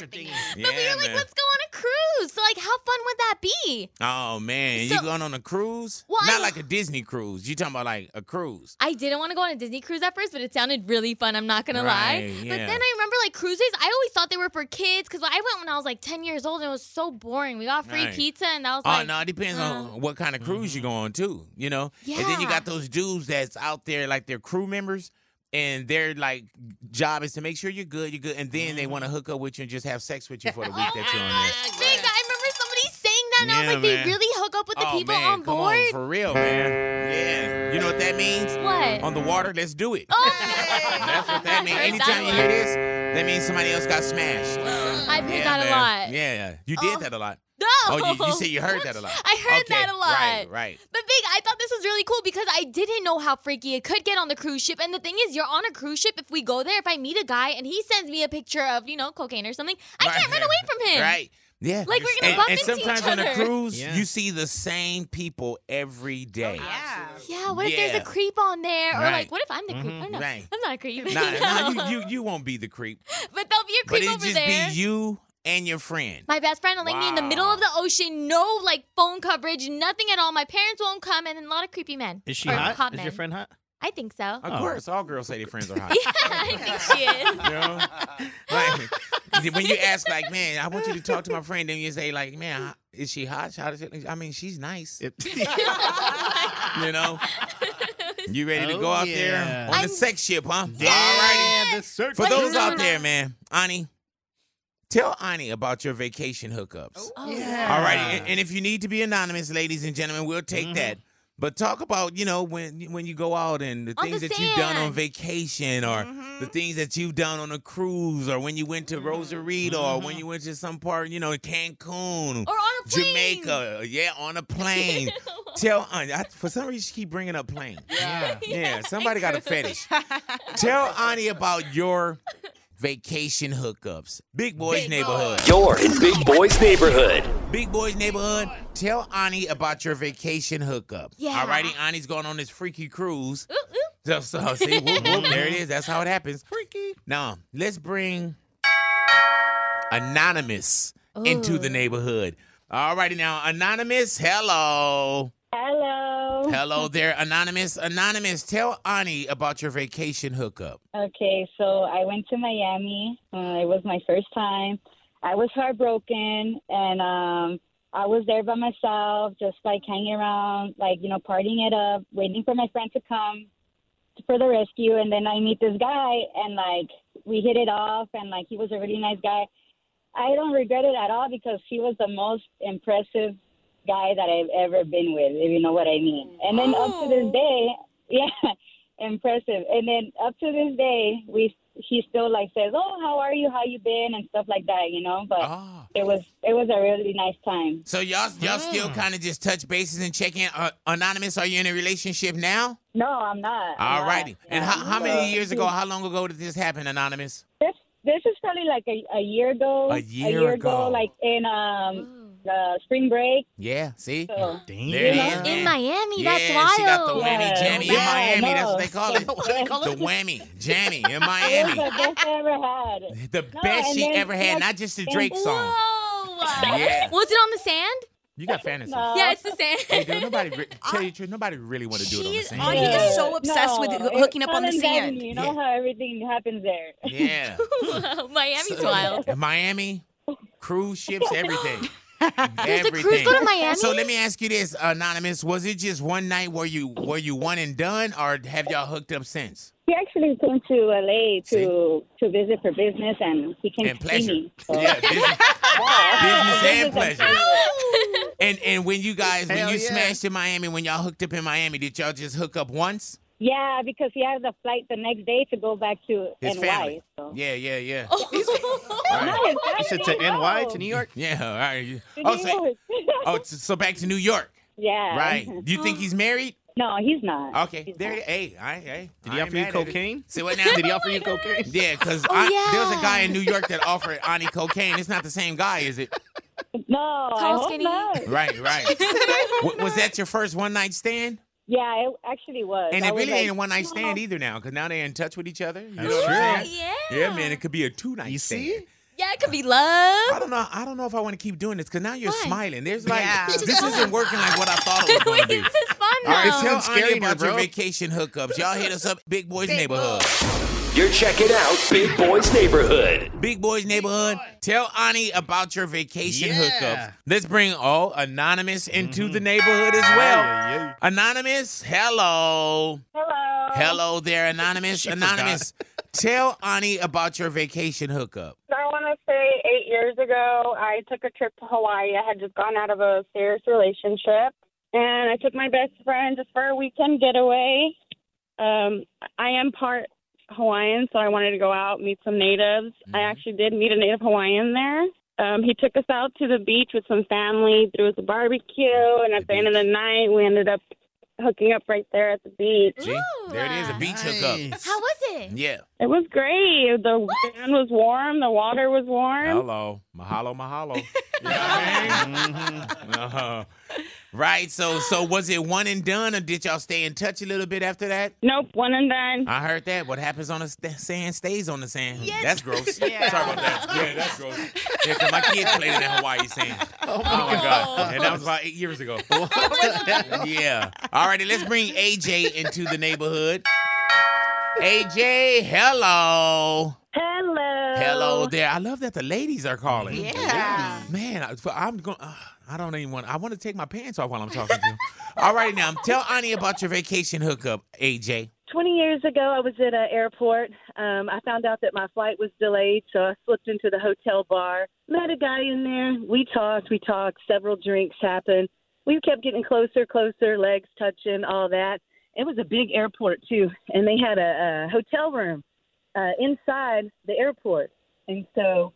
S3: But we
S2: Yeah,
S3: were like,
S2: man.
S3: let's go on a cruise. So like, how fun would that be?
S2: Oh man, you
S3: So-
S2: going on a cruise?
S3: Well,
S2: Not
S3: I-
S2: like a Disney cruise. You talking about like a cruise?
S3: I didn't want to go on a Disney cruise at first, but it sounded really fun. I'm not gonna lie.
S2: Right,
S3: But
S2: yeah.
S3: then I remember like cruises. I always thought they were for kids because I went when I was like 10 years old and it was so boring. We got free
S2: Right.
S3: pizza and that was
S2: Oh
S3: like,
S2: no, it depends on what kind of cruise you go on too. You know, and then you
S3: Yeah.
S2: got those dudes that's out there like they're crew members, and their like job is to make sure you're good, you're good, and then they want to hook up with you and just have sex with you for the week that you're on there.
S3: big. I remember somebody saying that, and I was
S2: Yeah, man.
S3: like, they really hook up with the
S2: oh
S3: people
S2: man,
S3: on
S2: come
S3: board.
S2: on, for real, man. Yeah, you know what that means?
S3: What? Oh,
S2: On the water, let's do it. that's what that means.
S3: heard that
S2: Anytime you hear this, that means somebody else got smashed.
S3: I've heard
S2: Yeah,
S3: that a
S2: man.
S3: lot.
S2: Yeah, you did that a lot.
S3: No.
S2: Oh, you, you said you heard that a lot.
S3: I heard
S2: Okay,
S3: that a lot.
S2: Right, right.
S3: But Big, I thought this was really cool because I didn't know how freaky it could get on the cruise ship. And the thing is, you're on a cruise ship. If we go there, if I meet a guy and he sends me a picture of, you know, cocaine or something, I can't run away from him.
S2: Right. Yeah.
S3: Like, we're gonna
S2: and,
S3: bump
S2: and
S3: into
S2: sometimes
S3: each
S2: on a
S3: other.
S2: cruise,
S3: Yeah.
S2: you see the same people every day. yeah.
S3: Yeah, what if there's
S2: Yeah.
S3: a creep on there? Or
S2: Right.
S3: like, what if I'm the creep?
S2: Mhm.
S3: I don't know.
S2: Right.
S3: I'm not a creep. you
S2: Nah,
S3: know?
S2: nah, you, you you won't be the creep.
S3: but there'll be a
S2: But
S3: creep
S2: it'll
S3: over
S2: just
S3: there.
S2: be you and your friend.
S3: My best friend Eleni in the middle of the ocean, no like phone coverage, nothing at all. My parents won't come, and then a lot of creepy men.
S2: Is she
S3: Or
S2: hot?
S3: hot
S2: Is your
S3: men.
S2: friend hot?
S3: I think so.
S2: Of course, all girls say their friends are hot.
S3: yeah, I think she is.
S2: You know? Like, when you ask, like, man, I want you to talk to my friend, and you say, like, man, is she hot? How does it? I mean, she's nice. you know, You ready to
S7: Oh,
S2: go out
S7: yeah.
S2: there on
S7: I'm-
S2: the sex ship, huh?
S7: Yeah,
S2: All
S4: the search.
S2: For those out there, man, Ani, tell Ani about your vacation hookups.
S4: Yeah.
S2: All right, and, and if you need to be anonymous, ladies and gentlemen, we'll take
S7: Mm-hmm.
S2: that. But talk about you know when when you go out and the
S7: On
S2: things
S7: the
S2: that you've done on
S7: sand.
S2: vacation, or
S7: Mm-hmm.
S2: the things that you've done on a cruise, or when you went to Rosarito, or when you went to some part, you know, Cancun,
S7: Mm-hmm. Or on a plane.
S2: Jamaica, yeah, on a plane. Tell Ani. I, for some reason, she keep bringing up plane. Yeah, yeah. Somebody got a fetish. Tell Ani about your vacation hookups. Big Boys Neighborhood.
S1: You're in Big Boys Neighborhood.
S2: Big Boys Neighborhood. Tell Ani about your vacation hookup.
S7: Yeah.
S2: Alrighty, Ani's going on this freaky cruise. So, so see, whoop, whoop, there it is. That's how it happens. Freaky. Now, let's bring Anonymous into the neighborhood. Alrighty now, Anonymous, hello.
S19: Hello.
S2: Hello there, Anonymous. Anonymous, tell Ani about your vacation hookup.
S19: Okay, so I went to Miami. Uh, it was my first time. I was heartbroken, and um, I was there by myself, just like hanging around, like you know, partying it up, waiting for my friend to come for the rescue. And then I meet this guy, and like we hit it off, and like he was a really nice guy. I don't regret it at all because he was the most impressive guy that I've ever been with, if you know what I mean. And then up to
S2: Oh.
S19: this day, yeah, impressive. And then up to this day, we he still like says, "Oh, how are you? How you been?" and stuff like that, you know. But
S2: Ah.
S19: it was it was a really nice time.
S2: So y'all y'all still kind of just touch bases and check in. Uh, Anonymous, are you in a relationship now?
S19: No, I'm not. I'm
S2: All
S19: not.
S2: righty. And how, how
S19: so-
S2: many years ago, how long ago did this happen, Anonymous?
S19: This this is probably like a, a year ago.
S2: A year ago.
S19: like in
S5: Oh.
S19: um the spring break.
S2: Yeah, see?
S19: So-
S2: There it is, man.
S19: Miami,
S2: yeah, she got the whammy jammy in
S19: Yeah,
S2: Miami. That's what
S19: no.
S2: they call it. The whammy jammy in Miami.
S19: It was the best I ever had.
S2: The
S19: No,
S2: best
S19: and
S2: she
S19: then
S2: ever had,
S19: next-
S2: not just the Drake song.
S3: Whoa.
S2: Yeah.
S3: Was it on the sand?
S2: You got fantasies.
S3: Yeah, it's the sand.
S2: Hey, dude, nobody, re- tell you the truth, nobody really want to do it on the
S3: She's
S2: same
S3: on-
S2: day.
S3: he is so
S5: obsessed with
S19: it's
S5: hooking up on the
S19: fun and
S5: sand.
S19: games, You know how everything happens there.
S2: Yeah.
S3: Miami's
S2: So-
S3: wild.
S2: Miami, cruise ships, everything.
S3: the
S2: everything.
S3: cruise go to Miami?
S2: So let me ask you this, anonymous: Was it just one night where you were you one and done, or have y'all hooked up since?
S19: He actually came to LA to to visit for business, and he came
S2: And
S19: to
S2: pleasure.
S19: see me.
S2: Yeah, business, business and pleasure. And and when you guys when
S19: Hell
S2: you
S19: yeah.
S2: smashed in Miami, when y'all hooked up in Miami, did y'all just hook up once?
S19: Yeah, because he has a flight the next day to go back to
S2: His
S19: NY.
S2: family. Yeah, yeah, yeah.
S3: Oh,
S19: No, his family, no.
S2: Yeah, all right.
S19: To
S2: Oh,
S19: New
S2: so,
S19: York.
S2: oh, so so back to New York.
S19: yeah.
S2: Right. You think he's married?
S19: No, he's not.
S2: Okay. there. Hey, I, hey.
S4: Did he
S2: I
S4: offer
S2: ain't
S4: you
S2: mad at it.
S4: cocaine?
S2: Say what now?
S4: Did he offer you cocaine?
S2: Yeah, because
S4: Oh,
S2: there was a
S4: yeah.
S2: guy in New York that offered Ani cocaine. It's not the same guy, is it?
S19: No, Oh, I
S3: Tall,
S19: hope
S3: skinny.
S19: not.
S2: Right, right. Wa- was that your first one night stand?
S19: Yeah, it actually was.
S2: And
S19: I
S2: it
S19: was
S2: really
S19: like,
S2: ain't a one night
S19: no.
S2: stand either now, because now they're in touch with each other. You know
S4: That's
S2: what I'm
S4: true.
S2: saying? Yeah, man, it could be a two night stand. See?
S3: Yeah, it could be love.
S2: I don't know. I don't know if I want to keep doing this because now you're smiling. There's like
S3: Yeah. It's
S2: this
S3: just
S2: isn't working like what I thought it was going to be.
S3: Fun
S2: All right,
S3: though.
S2: tell Ani about your vacation hookups. Y'all hit us up, Big Boys Neighborhood.
S1: You're checking out Big Boys Neighborhood.
S2: Big Boys Neighborhood. Tell Ani about your vacation
S1: Yeah.
S2: hookups. Let's bring all Anonymous into the neighborhood as well. Anonymous, hello.
S10: Hello.
S2: Hello there, Anonymous. anonymous, tell Ani about your vacation hookup.
S10: I want to say eight years ago, I took a trip to Hawaii. I had just gotten out of a serious relationship, and I took my best friend just for a weekend getaway. Um, I am part Hawaiian, so I wanted to go out meet some natives.
S2: Mm-hmm.
S10: I actually did meet a native Hawaiian there. Um, he took us out to the beach with some family, threw us a barbecue, and at the end of the night, we ended up hooking up right there at the beach.
S2: See, there it is, a beach hookup.
S3: How was it?
S2: Yeah.
S10: It was great. The sand was warm. The water was warm.
S2: Hello. Mahalo, mahalo. uh-huh. Right. So, so was it one and done, or did y'all stay in touch a little bit after that?
S10: Nope, one and done.
S2: I heard that. What happens on the st- sand stays on the sand. That's gross. Sorry about that. Yeah, that's gross. Yeah, 'cause my kids played in that Hawaii sand. Oh my, God. Oh, And that was about eight years ago. yeah. All righty, let's bring AJ into the neighborhood. AJ, hello.
S20: Hello.
S2: Hello there. I love that the ladies are calling.
S5: Yeah.
S2: Man, I, I'm going. Uh, I don't even want. I want to take my pants off while I'm talking to you. All right, now tell Ani about your vacation hookup, AJ.
S20: 20 years ago, I was at an airport. Um, I found out that my flight was delayed, so I slipped into the hotel bar. Met a guy in there. We talked, we talked, several drinks happened. We kept getting closer, closer, legs touching, all that. It was a big airport, too, and they had a, a hotel room uh, inside the airport. And so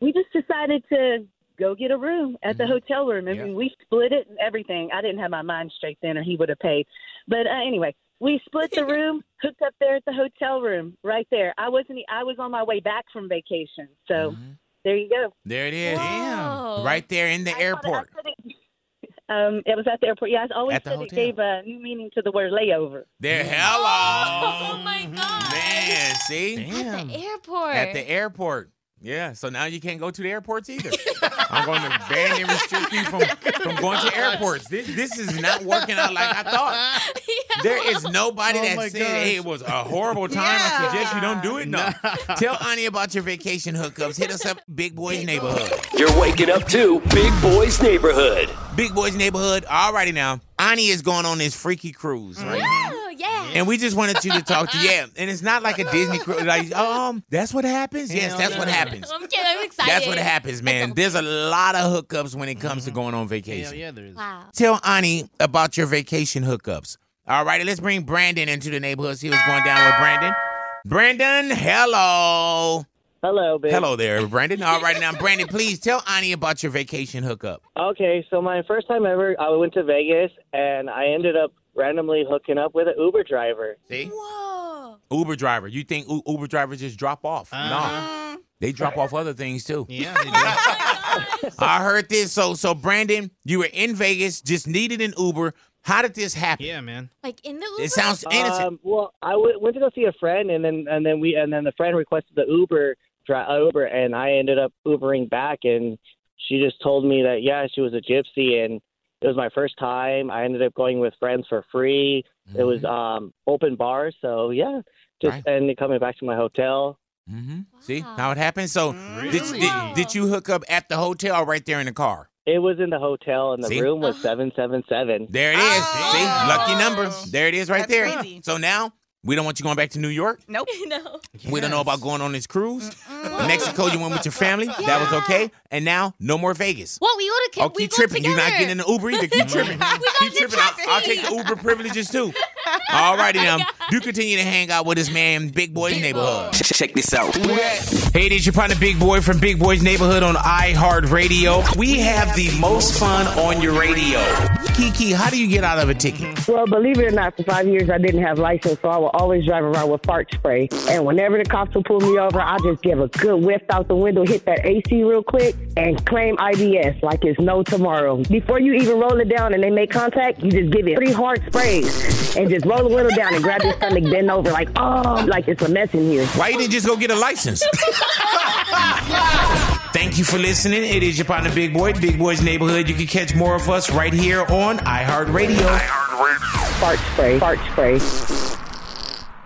S20: we just decided to go get a room at the
S2: Mm-hmm.
S20: hotel room. I mean, we split it and everything. I didn't have my mind straight then, or he would have paid. But uh, anyway, we split the room, hooked up there at the hotel room, right there. I wasn't. e, I was on my way back from vacation, so
S2: Mm-hmm.
S20: there you go.
S2: There it is.
S20: Whoa.
S2: Right there in the airport.
S20: Um, it was at the airport. Yeah, I always
S2: At the
S20: said it
S2: hotel.
S20: gave a new meaning to the word layover. Mm.
S2: There. Hello. Oh my god. Man, see.
S3: Mm-hmm. At the airport.
S2: At the airport. Yeah, so now you can't go to the airports either. I'm going to ban and restrict you from, from going to airports. This, this is not working out like I thought. There is nobody
S11: Oh
S2: that
S11: my
S2: said, hey, it was a horrible time. I suggest you don't do it. No. Tell Ani about your vacation hookups. Hit us up, Big Boys Neighborhood.
S1: You're waking up to Big Boys Neighborhood.
S2: Big Boys Neighborhood. Alrighty now. Ani is going on this freaky cruise, right?
S3: Oh, yeah.
S2: And we just wanted you to talk to yeah. And it's not like a Disney cruise. Like, um, that's what happens. Yes, that's what happens.
S3: I'm kidding. I'm excited.
S2: That's what happens, man. There's a lot of hookups when it comes to going on vacation.
S4: Mm-hmm. yeah, there is.
S3: Wow.
S2: Tell Ani about your vacation hookups. All righty, let's bring Brandon into the neighborhood. See what's going down with Brandon. Brandon, hello.
S21: Hello, babe.
S2: Hello there, Brandon. All right, now, Brandon, please tell Ani about your vacation hookup.
S21: Okay, so my first time ever, I went to Vegas and I ended up randomly hooking up with an Uber driver.
S2: See? Uber driver. You think U- Uber drivers just drop off? No. They drop off other things too. Uh-huh. Yeah,
S3: Oh
S2: they do. I heard this. So, so Brandon, you were in Vegas, just needed an Uber. How did this happen? Yeah, man.
S3: Like in the Uber?
S2: It sounds innocent.
S21: Um, well, I w- went to go see a friend, and then and then we and then the friend requested the Uber dri- uh, Uber, and I ended up Ubering back, and she just told me that yeah, she was a gypsy, and it was my first time. I ended up going with friends for free. It was um open bar, so yeah, just ended up coming back to my hotel.
S2: Mm-hmm. See how it happened. So, did, did, did you hook up at the hotel or right there in the car?
S21: It was in the hotel, and the
S2: See?
S21: room was seven seven seven.
S2: There it is.
S3: Oh.
S2: See, lucky number. There it is, right there. So now we don't want you going back to New York.
S5: Nope.
S3: no.
S2: We don't know about going on this cruise. Mexico, you went with your family. That was okay. And now, no more Vegas.
S3: What? We go to
S2: Oh, keep tripping. You're not getting an Uber either. Keep tripping. keep tripping. I'll, I'll take the Uber privileges too. All righty now. Do continue to hang out with this man, Big Boy's Neighborhood. Check this out. Hey, it is your partner, Big Boy from Big Boy's Neighborhood on iHeartRadio. We have the most fun on your radio. Kiki, how do you get out of a ticket?
S9: Well, believe it or not, for five years I didn't have license, so I would always drive around with fart spray. And whenever the cops would pull me over, I just give a good whiff out the window, hit that AC real quick, and claim IBS like it's no tomorrow. Before you even roll it down and they make contact, you just give it three hard sprays and just roll the window down and grab your stomach, bend over like, oh, like it's a mess in here.
S2: Why you didn't just go get a license? Thank you for listening. It is your partner, Big Boy, Big Boy's Neighborhood. You can catch more of us right here on iHeartRadio.
S9: Fart spray, fart spray.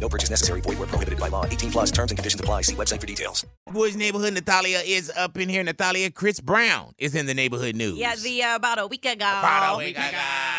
S17: No purchase necessary. Void where prohibited by law. 18 plus terms and conditions apply. See website for details.
S7: Boys neighborhood. Natalia is up in here. Natalia Chris Brown is in the neighborhood news.
S5: Yeah, the uh, about a week ago.
S7: About a week ago.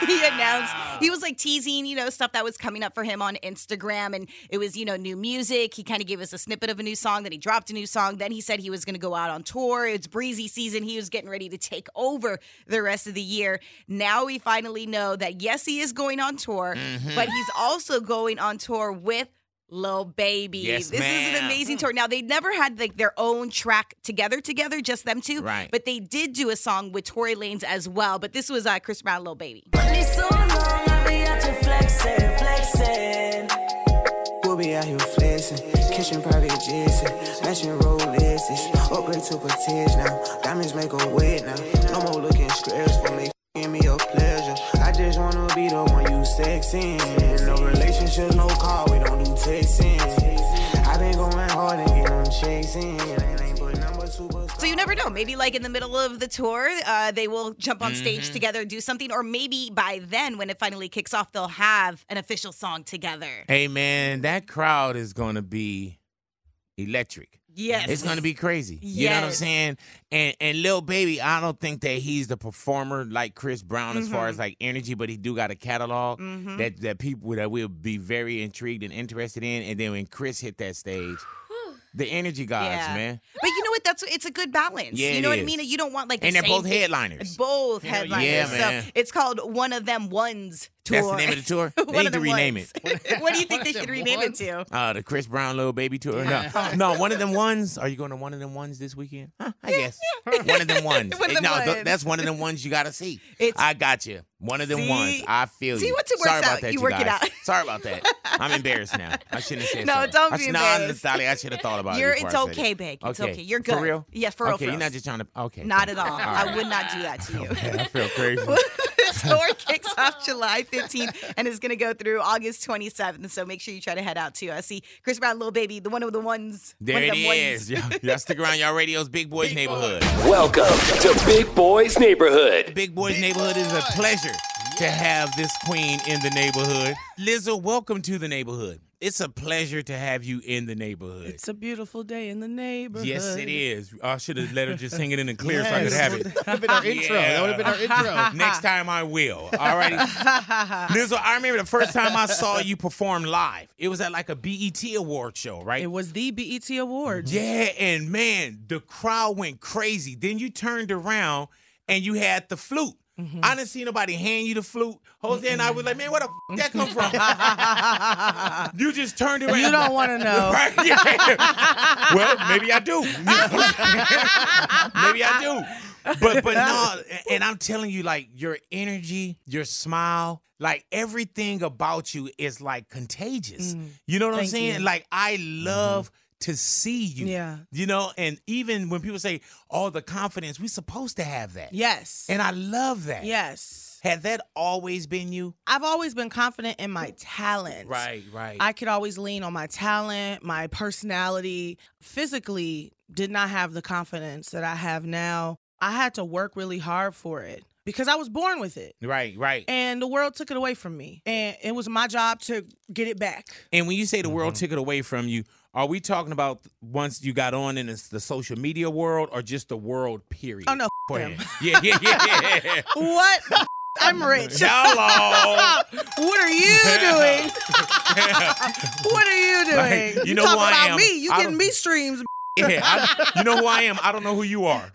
S5: he announced he was like teasing, you know, stuff that was coming up for him on Instagram, and it was you know new music. He kind of gave us a snippet of a new song. Then he dropped a new song. Then he said he was going to go out on tour. It's breezy season. He was getting ready to take over the rest of the year. Now we finally know that yes, he is going on tour,
S7: Mm-hmm.
S22: Mhm.
S5: but he's also going on tour with. Lil Baby.
S22: Yes,
S5: this is an
S22: ma'am.
S5: amazing tour. Now they never had like their own track together, together, just them two.
S22: Right.
S5: But they did do a song with Tory Lanez as well. But this was uh, Chris Brown, Lil Baby.
S22: Money so long, I be out here flexing, flexing. We'll be out here flexing, kitchen private jets, and matching Rolexes. Upgrade to prestige now, diamonds make a wet now. No more looking stressful, they give me a pleasure. I just wanna be the one you sexing. No relationship, no call, we don't do texting. i been going hard and getting them checks in. And ain't put number two, but
S5: So you never know. Maybe like in the middle of the tour, uh, they will jump on stage
S22: Mhm.
S5: together, do something, or maybe by then, when it finally kicks off, they'll have an official song together.
S2: Hey man, that crowd is gonna be electric.
S5: Yes.
S2: It's gonna be crazy. You know what I'm
S5: Yes.
S2: saying? And and Lil Baby, I don't think that he's the performer like Chris Brown as far
S5: Mm-hmm.
S7: Mhm.
S2: as like energy, but he do got a catalog
S7: Mhm.
S2: that that people that will be very intrigued and interested in. And then when Chris hit that stage, the energy gods,
S5: Yeah.
S2: man.
S5: But you know what? That's it's a good balance.
S2: Yeah,
S5: you
S2: it
S5: know what I
S2: is.
S5: mean. You don't want like the
S2: And they're
S5: same
S2: both
S5: thing-
S2: headliners.
S5: Both
S2: Hell yeah.
S5: headliners.
S2: Yeah, man.
S5: So it's called one of them ones tour.
S2: That's the name of the tour.
S5: One
S2: They
S5: of
S2: need to
S5: them
S2: rename
S5: ones.
S2: it.
S5: what do you think they should rename it to?
S2: Uh, the Chris Brown Little Baby tour. No, no, one of them ones. Are you going to one of them ones this weekend? Huh, I guess one of them ones.
S5: One of them
S2: no, th-
S5: ones.
S2: that's one of them ones you got to see.
S5: It's-
S2: I got you. One of them
S5: See?
S2: ones. I feel
S5: See,
S2: you.
S5: once it works
S2: Sorry about
S5: out,
S2: that,
S5: you
S2: you,
S5: work it
S2: guys.
S5: out.
S2: Sorry about that. I'm embarrassed now. I shouldn't have said
S5: No,
S2: something.
S5: don't
S2: I
S5: be
S2: should- nah,
S5: embarrassed.
S2: Natalia, I should have thought about
S5: You're-
S2: it. before
S5: it's
S2: I said
S5: okay,
S2: it.
S5: Big. It's okay. You're good.
S2: For real?
S5: Yes, for real,
S2: Okay,
S5: for
S2: you're
S5: real.
S2: not just trying to. Okay.
S5: Not at all. I
S2: right.
S5: would not do that to you.
S2: I feel crazy.
S5: this tour kicks off July 15th and is going to go through August 27th. So make sure you try to head out to uh, see Chris Brown, Little Baby, the one of the ones.
S2: There
S5: one of
S2: it
S5: them ones.
S2: is. Y'all, y'all stick around. Y'all radio's Big Boys Neighborhood.
S1: Welcome to Big Boys Neighborhood.
S2: Big Boys Neighborhood is a pleasure to have this queen in the neighborhood. Lizzo, welcome to the neighborhood. It's a pleasure to have you in the neighborhood.
S23: It's a beautiful day in the neighborhood.
S2: Yes, it is. I should have let her just sing it in the clear so I could
S23: Yes.
S2: have it.
S23: That would've been our intro. That would've been our intro.
S2: Next time I will. All righty. Lizzo, I remember the first time I saw you perform live. It was at like a BET award show, right? It
S23: was the BET Awards.
S2: Yeah, and man, the crowd went crazy. Then you turned around and you had the flute.
S23: Mm-hmm.
S2: I didn't see nobody hand you the flute. Jose and I was like, man, where the f- that come from? you just turned around.
S23: You don't wanna know.
S2: Right? Yeah. well, maybe I do. maybe I do. But but no, and I'm telling you, like your energy, your smile, like everything about you is like contagious. You know what I'm
S23: Thank
S2: saying?
S23: you.
S2: Like I love to see you.
S23: Yeah.
S2: You know, and even when people say, "Oh, the confidence," we're supposed to have that.
S23: Yes.
S2: And I love that.
S23: Yes.
S2: Had that always been you?
S23: I've always been confident in my talent.
S2: Right, right.
S23: I could always lean on my talent, my personality. Physically, did not have the confidence that I have now. I had to work really hard for it because I was born with it.
S2: Right, right.
S23: And the world took it away from me. And it was my job to get it back.
S2: And when you say the world took it away from you, are we talking about once you got on in the, the social media world, or just the world period?
S23: Oh, no, f-
S2: For
S23: them.
S2: you? Yeah, yeah, yeah. yeah.
S23: What? the f- I'm rich.
S2: Hello.
S23: what are you doing? what are you doing?
S2: Like, you know who
S23: talking
S2: I
S23: about
S2: am.
S23: me. You
S2: I
S23: getting
S2: don't-
S23: me streams.
S2: Yeah, I- you know who I am. I don't know who you are.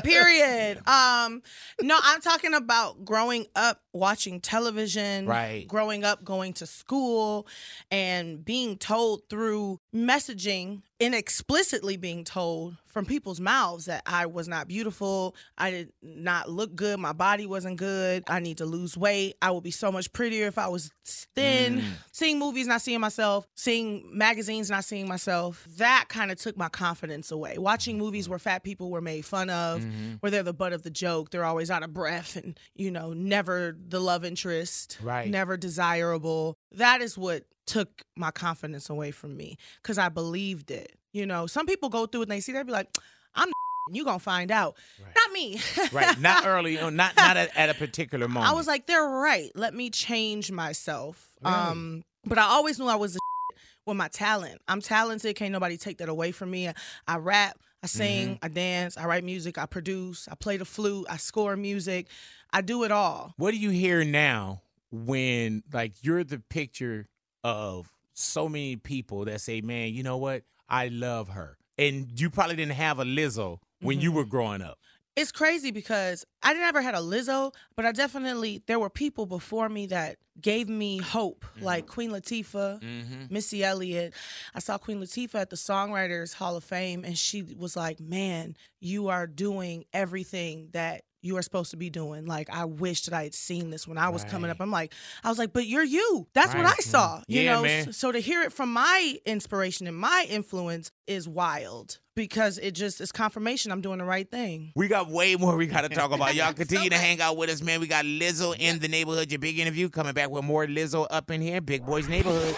S23: Period. Um, no, I'm talking about growing up watching television,
S2: Right.
S23: Growing up going to school and being told through messaging, inexplicitly being told from people's mouths that I was not beautiful, I did not look good, my body wasn't good, I need to lose weight, I would be so much prettier if I was thin.
S22: Mm.
S23: Seeing movies, not seeing myself, seeing magazines, not seeing myself. That kind of took my confidence away. Watching movies where fat people were made fun of,
S22: Mhm.
S23: where they're the butt of the joke, they're always out of breath and, you know, never the love interest,
S22: Right.
S23: never desirable. That is what took my confidence away from me because I believed it. You know, some people go through it and they see that, be like, I'm you gonna find out. Not me.
S2: right. Not early. on, Not not at, at a particular moment.
S23: I was like, they're right. Let me change myself.
S2: Really?
S23: Um, but I always knew I was the with my talent. I'm talented. Can't nobody take that away from me. I rap, I sing, I dance, I write music, I produce, I play the flute, I score music. I do it all.
S2: What do you hear now when like you're the picture of so many people that say, "Man, you know what? I love her." And you probably didn't have a Lizzo when
S23: Mm-hmm.
S2: you were growing up.
S23: it's crazy because I never had a Lizzo, but I definitely there were people before me that gave me hope, like Queen Latifah,
S11: Mm-hmm.
S2: Mm-hmm.
S8: Mhm.
S1: Mm-hmm.
S23: Missy Elliott. I saw Queen Latifah at the Songwriters Hall of Fame, and she was like, "Man, you are doing everything that." You are supposed to be doing. Like, I wish that I had seen this when I was coming up. I'm like, I was like, but you're you. That's what
S2: Right. Mm-hmm.
S23: I saw. You
S2: Yeah,
S23: know,
S2: man.
S23: so to hear it from my inspiration and my influence is wild because it just is confirmation I'm doing the right thing.
S2: We got way more we got to talk about. Y'all continue to hang out with us, man. We got Lizzo in the neighborhood. Your big interview coming back with more Lizzo up in here. Big Boys Neighborhood.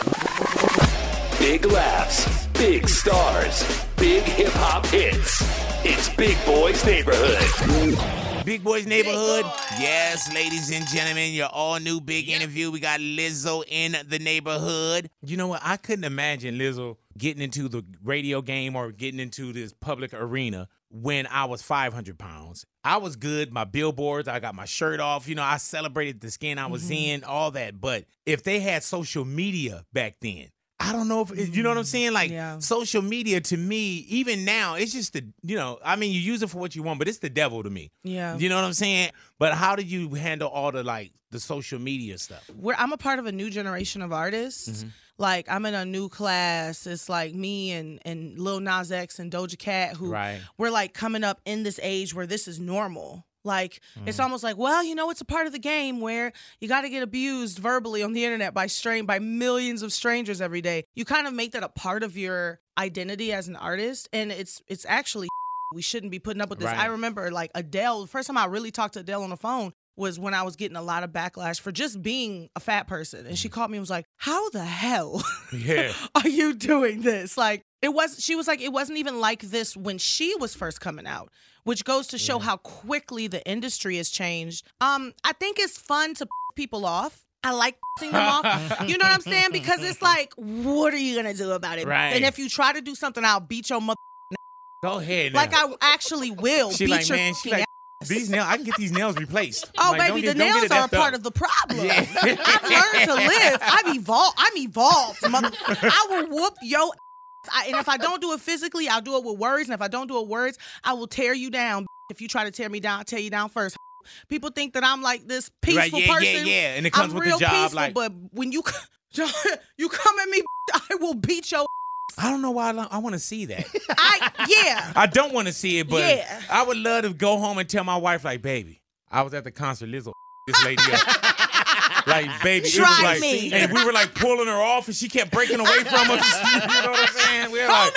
S1: Big laughs, big stars, big hip hop hits. It's Big Boys Neighborhood.
S2: Big Boys Neighborhood. Yes, ladies and gentlemen, your all new big interview. We got Lizzo in the neighborhood. You know what? I couldn't imagine Lizzo getting into the radio game or getting into this public arena when I was 500 pounds. I was good. My billboards, I got my shirt off. You know, I celebrated the skin I was
S11: Mhm.
S2: in, all that. But if they had social media back then, I don't know if you
S23: Mm,
S2: know what I'm saying. Like social media to me, even now, it's just the you know. I mean, you use it for what you want, but it's the devil to me.
S23: Yeah.
S2: You know what I'm saying? But how do you handle all the like the social media stuff?
S23: We're, I'm a part of a new generation of artists. Like I'm in a new class. It's like me and and Lil Nas X and Doja Cat who
S2: Right.
S23: we're like coming up in this age where this is normal. Like it's
S8: Mhm.
S23: almost like, well, you know, it's a part of the game where you got to get abused verbally on the internet by strain by millions of strangers every day. You kind of make that a part of your identity as an artist, and it's it's actually we shouldn't be putting up with this.
S8: Right.
S23: I remember like Adele. The first time I really talked to Adele on the phone was when I was getting a lot of backlash for just being a fat person, and she called me and was like, "How the hell?"
S2: Yeah.
S23: are you doing this? Like it was she was like it wasn't even like this when she was first coming out, which goes to show how quickly the industry has changed. Um I think it's fun to people off. I like pissing them off. You know what I'm saying? Because it's like what are you going to do about it?
S2: Right.
S23: And if you try to do something, I'll beat your mother
S2: Go ahead. Now.
S23: like I actually will
S2: she
S23: beat
S2: like
S23: your
S2: man. She
S23: fucking
S2: like these nails. I can get these nails replaced.
S23: Oh, baby,
S2: Like, don't get-
S23: the
S2: don't get
S23: nails
S2: it
S23: are a
S2: effed up.
S23: part of the problem. I've learned to live. I've evolved. I'm evolved. mother- I will whoop your ass. I, and if I don't do it physically, I'll do it with words. And if I don't do it with words, I will tear you down. If you try to tear me down, I'll tear you down first. People think that I'm like this peaceful
S2: Right, yeah, yeah,
S23: person.
S2: yeah. And it comes
S23: I'm
S2: with the
S23: real
S2: job,
S23: peaceful,
S2: like-
S23: but when you you come at me, I will beat your.
S2: I don't know why I, lo- I want to see that.
S23: I yeah.
S2: I don't want to see it, but
S23: Yeah.
S2: I would love to go home and tell my wife, like, baby, I was at the concert. Lizzo this lady up. Like, baby, it was
S11: Try
S2: like,
S11: me.
S2: and we were like pulling her off, and she kept breaking away from us. You know what I'm saying? We We're like,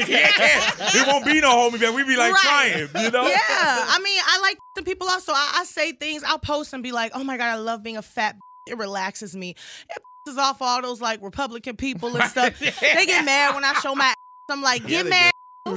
S2: Yeah, yeah. it won't be no homie back. We be like
S23: Right.
S2: trying, you know?
S23: Yeah, I mean, I like the people also. I, I say things, I'll post and be like, "Oh my god, I love being a fat. It relaxes me. It is off all those like Republican people and stuff. They get mad when I show my. ass. I'm like, get
S2: Yeah, they
S23: mad.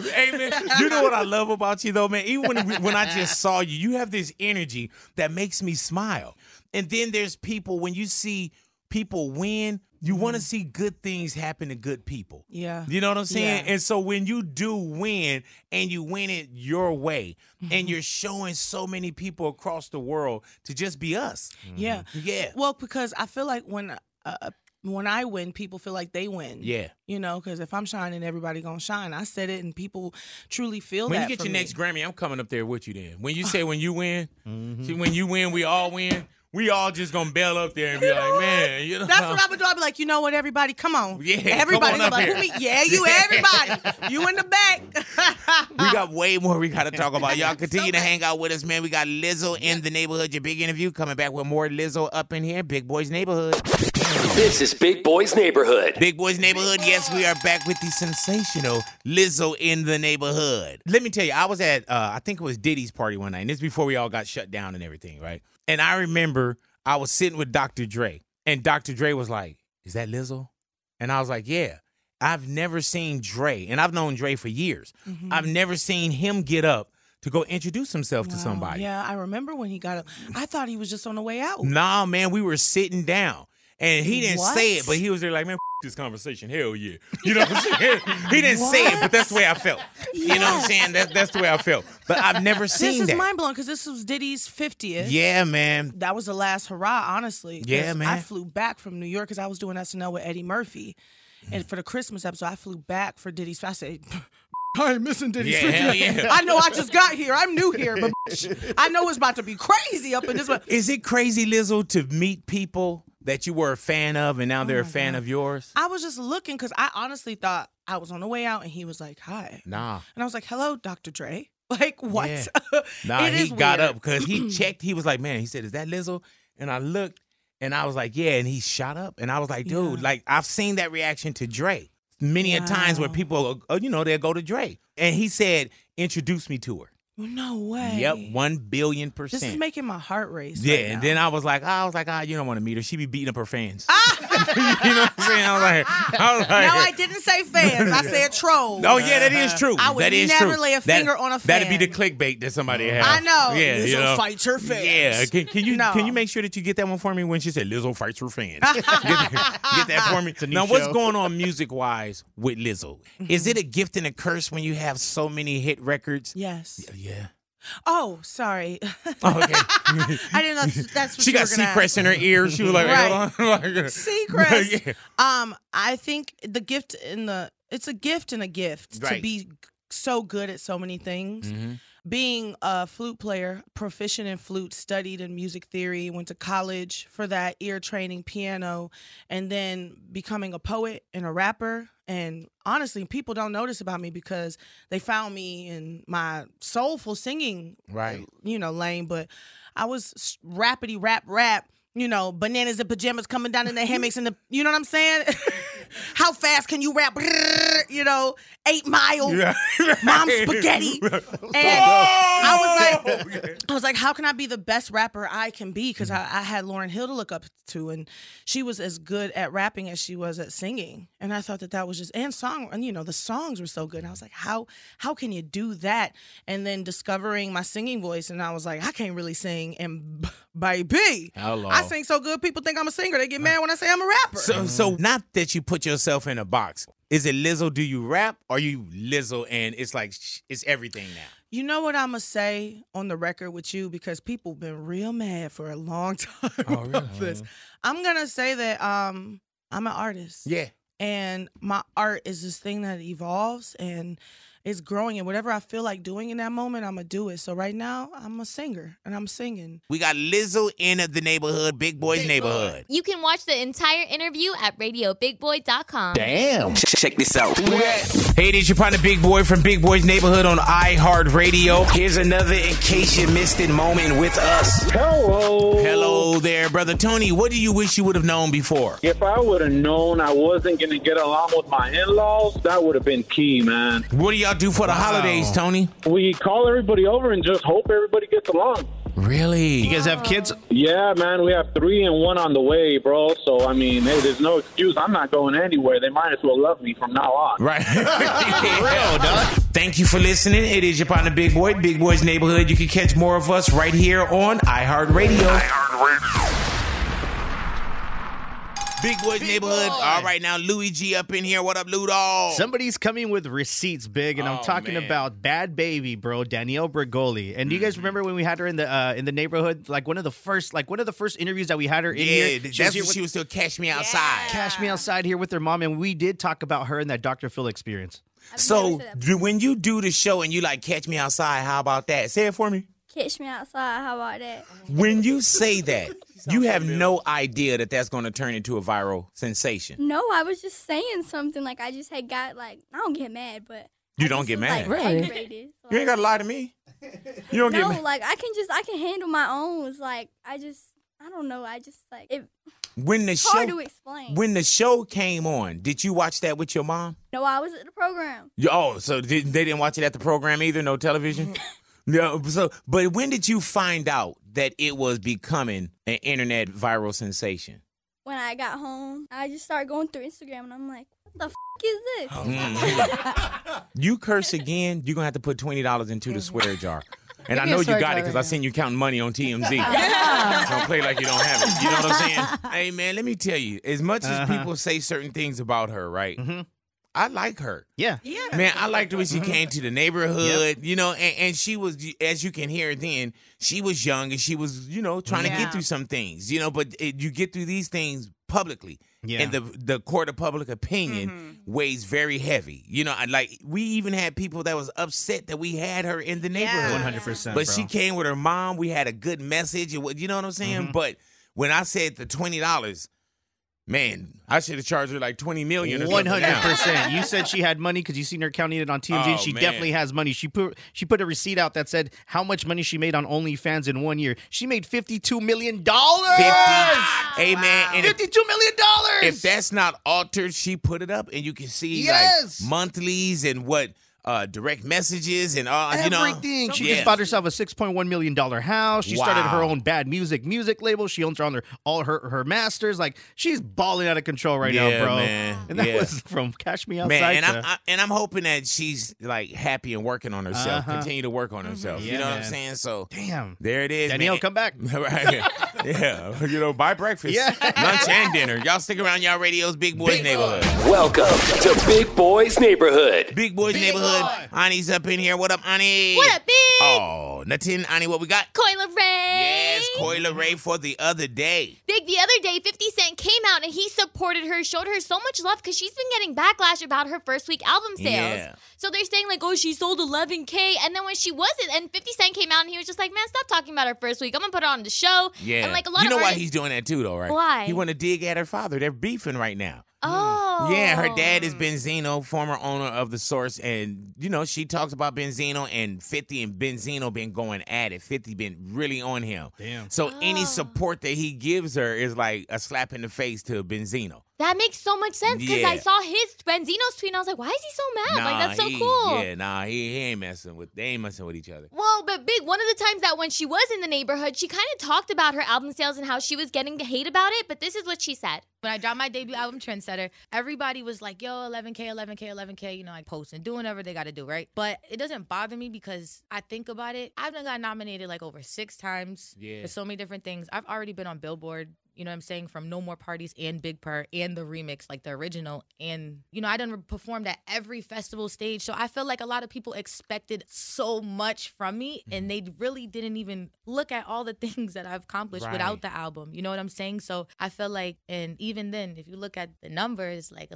S2: Hey man, you know what I love about you though, man. Even when we, when I just saw you, you have this energy that makes me smile. And then there's people when you see people win, you want to see good things happen to good people.
S23: Mm-hmm. Yeah.
S2: You know what I'm saying? And so when you do win and you win it your way,
S23: Mm-hmm.
S2: and you're showing so many people across the world to just be us.
S23: Yeah.
S2: Yeah.
S23: Well, because I feel like when uh, when I win, people feel like they win.
S2: Yeah.
S23: You know, because if I'm shining, everybody gonna shine. I said it, and people truly feel
S2: When
S23: that.
S2: you get
S23: from
S2: your
S23: me.
S2: next Grammy, I'm coming up there with you then. When you say when you win,
S23: Mm-hmm.
S2: see, when you win, we all win. We all just gonna bail up there and be like, man, you know.
S23: That's what I've been doing. I'll be like, you know what, everybody, come on.
S2: Yeah, come
S23: everybody.
S2: on
S23: They're
S2: up
S23: like,
S2: here.
S23: who me? Yeah, you, everybody. You in the back.
S2: we got way more we gotta talk about. Y'all continue to hang out with us, man. We got Lizzo in the neighborhood. Your big interview coming back with more Lizzo up in here. Big Boys Neighborhood.
S1: This is Big Boys Neighborhood.
S2: Big Boys Neighborhood. Yes, we are back with the sensational Lizzo in the neighborhood. Let me tell you, I was at uh, I think it was Diddy's party one night, and this is before we all got shut down and everything, right? And I remember I was sitting with Dr. Dre, and Dr. Dre was like, "Is that Lizzo?" And I was like, "Yeah." I've never seen Dre, and I've known Dre for years.
S23: Mhm.
S2: I've never seen him get up to go introduce himself to somebody.
S23: Yeah, I remember when he got up. I thought he was just on the way out.
S2: Nah, man, we were sitting down. And he didn't
S23: What?
S2: say it, but he was there like, man, f-
S8: this conversation. Hell yeah. You know what I'm saying?
S2: He didn't say it, but that's the way I felt. You know what I'm saying? That, that's the way I felt. But I've never
S23: This
S2: seen
S23: is
S2: that.
S23: mind blowing because this was Diddy's 50th.
S2: Yeah, man.
S23: That was the last hurrah, honestly. 'cause
S2: Yeah, man.
S23: I flew back from New York because I was doing SNL with Eddie Murphy.
S2: Mm.
S23: And for the Christmas episode, I flew back for Diddy's. I said, I ain't missing Diddy's
S2: Yeah,
S23: 50th.
S2: hell yeah.
S23: I know I just got here. I'm new here, but bitch, I know it's about to be crazy up in this one.
S2: Is it crazy, Lizzo, to meet people that you were a fan of
S23: Oh
S2: and now they're a fan of yours?
S23: I was just looking because I honestly thought I was on the way out and he was like, hi.
S2: Nah.
S23: And I was like, hello, Dr. Dre. Like, what?
S2: Yeah. Nah,
S23: It
S2: he
S23: is
S2: got
S23: weird.
S2: up because he checked. He was like, man, he said, is that Lizzo? And I looked and I was like, yeah. And he shot up. And I was like, dude, like, I've seen that reaction to Dre many a times where people, uh, you know, they'll go to Dre. And he said, introduce me to her.
S23: No way.
S2: Yep, 1 billion percent.
S23: This is making my heart race.
S2: yeah,
S23: right
S2: and
S23: now.
S2: then I was like, I was like, ah, you don't want to meet her. She be beating up her fans. you know what I'm saying? I was like, I was like,
S23: no, I didn't say fans. I said trolls.
S2: Oh yeah, that is true.
S23: I would
S2: that is
S23: never
S2: true.
S23: lay a
S2: That-
S23: finger on a fan.
S2: That'd be the clickbait that somebody had.
S23: I know.
S2: Yeah,
S23: Lizzo
S2: you know.
S23: fights her fans.
S2: Yeah. Can, can you
S23: No.
S2: can you make sure that you get that one for me when she said Lizzo fights her fans? get, that- get that for me.
S11: new
S2: Now, what's
S11: show.
S2: going on music wise with Lizzo? Is it a gift and a curse when you have so many hit records?
S23: Yes.
S2: Yeah.
S23: Oh, sorry.
S2: Oh, okay.
S23: I didn't know that's, that's what
S2: she
S23: you
S2: got
S23: were gonna ask.
S2: secrets in her ears. She was like,
S23: Right.
S2: hold on. Like, uh,
S23: Secrets.
S2: yeah.
S23: Um, I think the gift in the it's a gift and a gift to
S2: Right.
S23: be g- so good at so many things.
S2: Mm-hmm.
S23: Being a flute player, proficient in flute, studied in music theory, went to college for that, ear training piano, and then becoming a poet and a rapper. And honestly, people don't notice about me because they found me in my soulful singing
S2: Right.
S23: you know, lame, but I was s- rappity rap rap, you know, bananas and pajamas coming down in the hammocks and the, you know what I'm saying? How fast can you rap? Brrr, You know, eight mile,
S11: Yeah.
S23: mom spaghetti. and I was
S2: Oh,
S23: like, I was like, how can I be the best rapper I can be? Because I,
S2: Mm-hmm.
S23: I had Lauren Hill to look up to, and she was as good at rapping as she was at singing. And I thought that that was just and song, and you know, the songs were so good. And I was like, how how can you do that? And then discovering my singing voice, and I was like, I can't really sing. And b- baby,
S2: Hello.
S23: I sing so good, people think I'm a singer. They get mad when I say I'm a rapper.
S2: Uh,
S23: Mm-hmm.
S2: So, so not that you put yourself in a box. Is it Lizzo? Do you rap? Are you Lizzo? And it's like sh- it's everything now.
S23: You know what I'm gonna say on the record with you because people been real mad for a long time
S2: Oh,
S23: about this. I'm gonna say that um I'm an artist.
S2: Yeah.
S23: And my art is this thing that evolves and it's growing and whatever I feel like doing in that moment, I'm gonna do it. So right now, I'm a singer and I'm singing.
S2: We got Lizzo in the neighborhood, Big Boy's neighborhood.
S3: You can watch the entire interview at radiobigboy.com.
S2: Damn.
S7: Check this out.
S2: Hey, this your partner, Big Boy from Big Boy's Neighborhood on iHeartRadio. Here's another in case you missed it moment with us.
S13: Hello.
S2: Hello there, brother Tony. What do you wish you would have known before?
S13: If I would have known I wasn't going to get along with my in laws, that would have been key, man.
S2: What do y'all do for the holidays, Tony?
S13: We call everybody over and just hope everybody gets along.
S2: Really? You
S13: guys have kids? Yeah, man. We have three and one on the way, bro. So, I mean, hey, there's no excuse. I'm not going anywhere. They might as well love me from now on.
S2: Right. real, Thank you for listening. It is your partner, Big Boy, Big Boy's Neighborhood. You can catch more of us right here on iHeartRadio. Big Boy's Neighborhood. All right, now Louis G up in here. What up, Ludo?
S4: Somebody's coming with receipts, big, and I'm
S2: Oh,
S4: talking
S2: man. Mm-hmm.
S4: about Bad Baby, bro, Danielle Bregoli. And do you guys remember when we had her in the uh, in the neighborhood? Like one of the first, like one of the first interviews that we had her in here.
S2: Yeah, that's when she was still catch me outside.
S4: Cash me outside here with her mom, and we did talk about her and that Dr. Phil experience.
S2: So do- when you do the show and you like catch me outside, how about that? Say it for me.
S15: Catch me outside. How about that?
S2: When you say that, you have no idea that that's going to turn into a viral sensation.
S15: No, I was just saying something. Like I just had got like I don't get mad, but
S2: You don't get
S15: like
S2: mad.
S15: aggravated.
S2: You ain't got to lie to me. You don't get
S15: no,
S2: mad.
S15: like I can just I can handle my own. It's like I just I don't know. I just like it.
S2: When the
S15: it's
S2: show
S15: hard to explain.
S2: when the show came on, did you watch that with your mom?
S15: no, I was at the program.
S2: You- Oh, so did, they didn't watch it at the program either? No television? no. So, but when did you find out that it was becoming an internet viral sensation?
S15: When I got home, I just started going through Instagram and I'm like, what the f- is this?
S2: Mm. you curse again, you're going to have to put $20 into the swear jar. And I
S24: Maybe
S2: know
S24: a
S2: you
S24: story
S2: got it
S24: driver,
S2: because I seen you counting money on TMZ.
S24: Yeah.
S2: Don't play like you don't have it. You know what I'm saying? hey, man, let me tell you. As much as people say certain things about her, right? I like her.
S4: Yeah.
S2: Yeah. Man, I liked the way she came to the neighborhood, you know, and, and she was, as you can hear then, she was young and she was, you know, trying to
S4: Yeah.
S2: get through some things, you know, but it, you get through these things publicly.
S4: Yeah.
S2: And the the court of public opinion weighs very heavy. You know, I- like we even had people that was upset that we had her in the neighborhood.
S4: 100%,
S2: But
S4: bro.
S2: she came with her mom. We had a good message. It wa- You know what I'm saying?
S4: Mm-hmm.
S2: But when I said the twenty dollars, man, I should have charged her like twenty million. Or
S4: One
S2: something
S4: hundred
S2: now.
S4: percent. You said she had money because you seen her counting it on TMZ.
S2: Oh,
S4: she
S2: man.
S4: definitely has money. She put she put a receipt out that said how much money she made on OnlyFans in one year. She made fifty two million dollars.
S2: Hey man, and if-
S4: fifty-two million dollars.
S2: If that's not altered, she put it up, and you can see
S4: Yes.
S2: like monthlies and what uh, direct messages and all. Uh, You know,
S4: Everything. she
S2: Yeah.
S4: just bought herself a six point one million dollar house. She started her
S2: Wow.
S4: own bad music music label. She owns her on her all her her masters. Like she's balling out of control right
S2: Yeah,
S4: now, bro.
S2: man.
S4: And that
S2: Yeah.
S4: was from Cash Me Outside.
S2: Man, and I'm
S4: to-
S2: I, and I'm hoping that she's like happy and working on herself,
S4: Uh-huh.
S2: continue to work on herself.
S4: Yeah,
S2: you know what
S4: man.
S2: I'm saying? So
S4: Damn.
S2: there it is.
S4: Danielle,
S2: man.
S4: come back.
S2: right. Yeah, you know, buy breakfast,
S1: Yeah.
S2: lunch, and dinner. Y'all stick around, y'all radios, big boys neighborhood.
S1: Welcome to Big Boys Neighborhood.
S2: Big boys neighborhood. Ani's up in here. What up, Ani? What
S3: up, Big?
S2: Oh, nothing, Ani. What we got?
S3: Coil Ray.
S2: Yes, Coil Ray for the other day.
S3: Big, the other day, 50 Cent came out and he supported her, showed her so much love because she's been getting backlash about her first week album sales.
S2: Yeah.
S3: So they're saying, like, oh, she sold 11K. And then when she wasn't, and 50 Cent came out and he was just like, man, stop talking about her first week. I'm going to put her on the show.
S2: Yeah.
S3: And, like, a lot
S2: you know
S3: of
S2: why
S3: artists.
S2: he's doing that too, though, right?
S3: Why?
S2: He want to dig at her father. They're beefing right now.
S3: oh.
S2: Yeah, her dad is Benzino, former owner of the source, and you know she talks about Benzino and Fifty and Benzino been going at it. Fifty been really on him.
S4: Damn.
S2: So
S3: Ah.
S2: any support that he gives her is like a slap in the face to Benzino.
S3: That makes so much sense because
S2: Yeah.
S3: I saw his Benzino's tweet and I was like, why is he so mad? Ah, like, that's so
S2: he-
S3: cool.
S2: Yeah, nah, he, he ain't messing with. They ain't messing with each other.
S3: Well, but big one of the times that when she was in the neighborhood, she kind of talked about her album sales and how she was getting hate about it. But this is what she said.
S25: When I dropped my debut album, Trendsetter, everybody was like, yo, 11K, 11K, 11K. You know, I post and do whatever they got to do, right? But it doesn't bother me because I think about it. I've done got nominated like over six times Yeah. for so many different things. I've already been on Billboard. You know what I'm saying? From No More Parties and Big Purr and the remix, like the original. And, you know, I done performed at every festival stage. So I feel like a lot of people expected so much from me and they really didn't even look at all the things that I've accomplished Right. without the album. You know what I'm saying? So I feel like, and even then, if you look at the numbers, like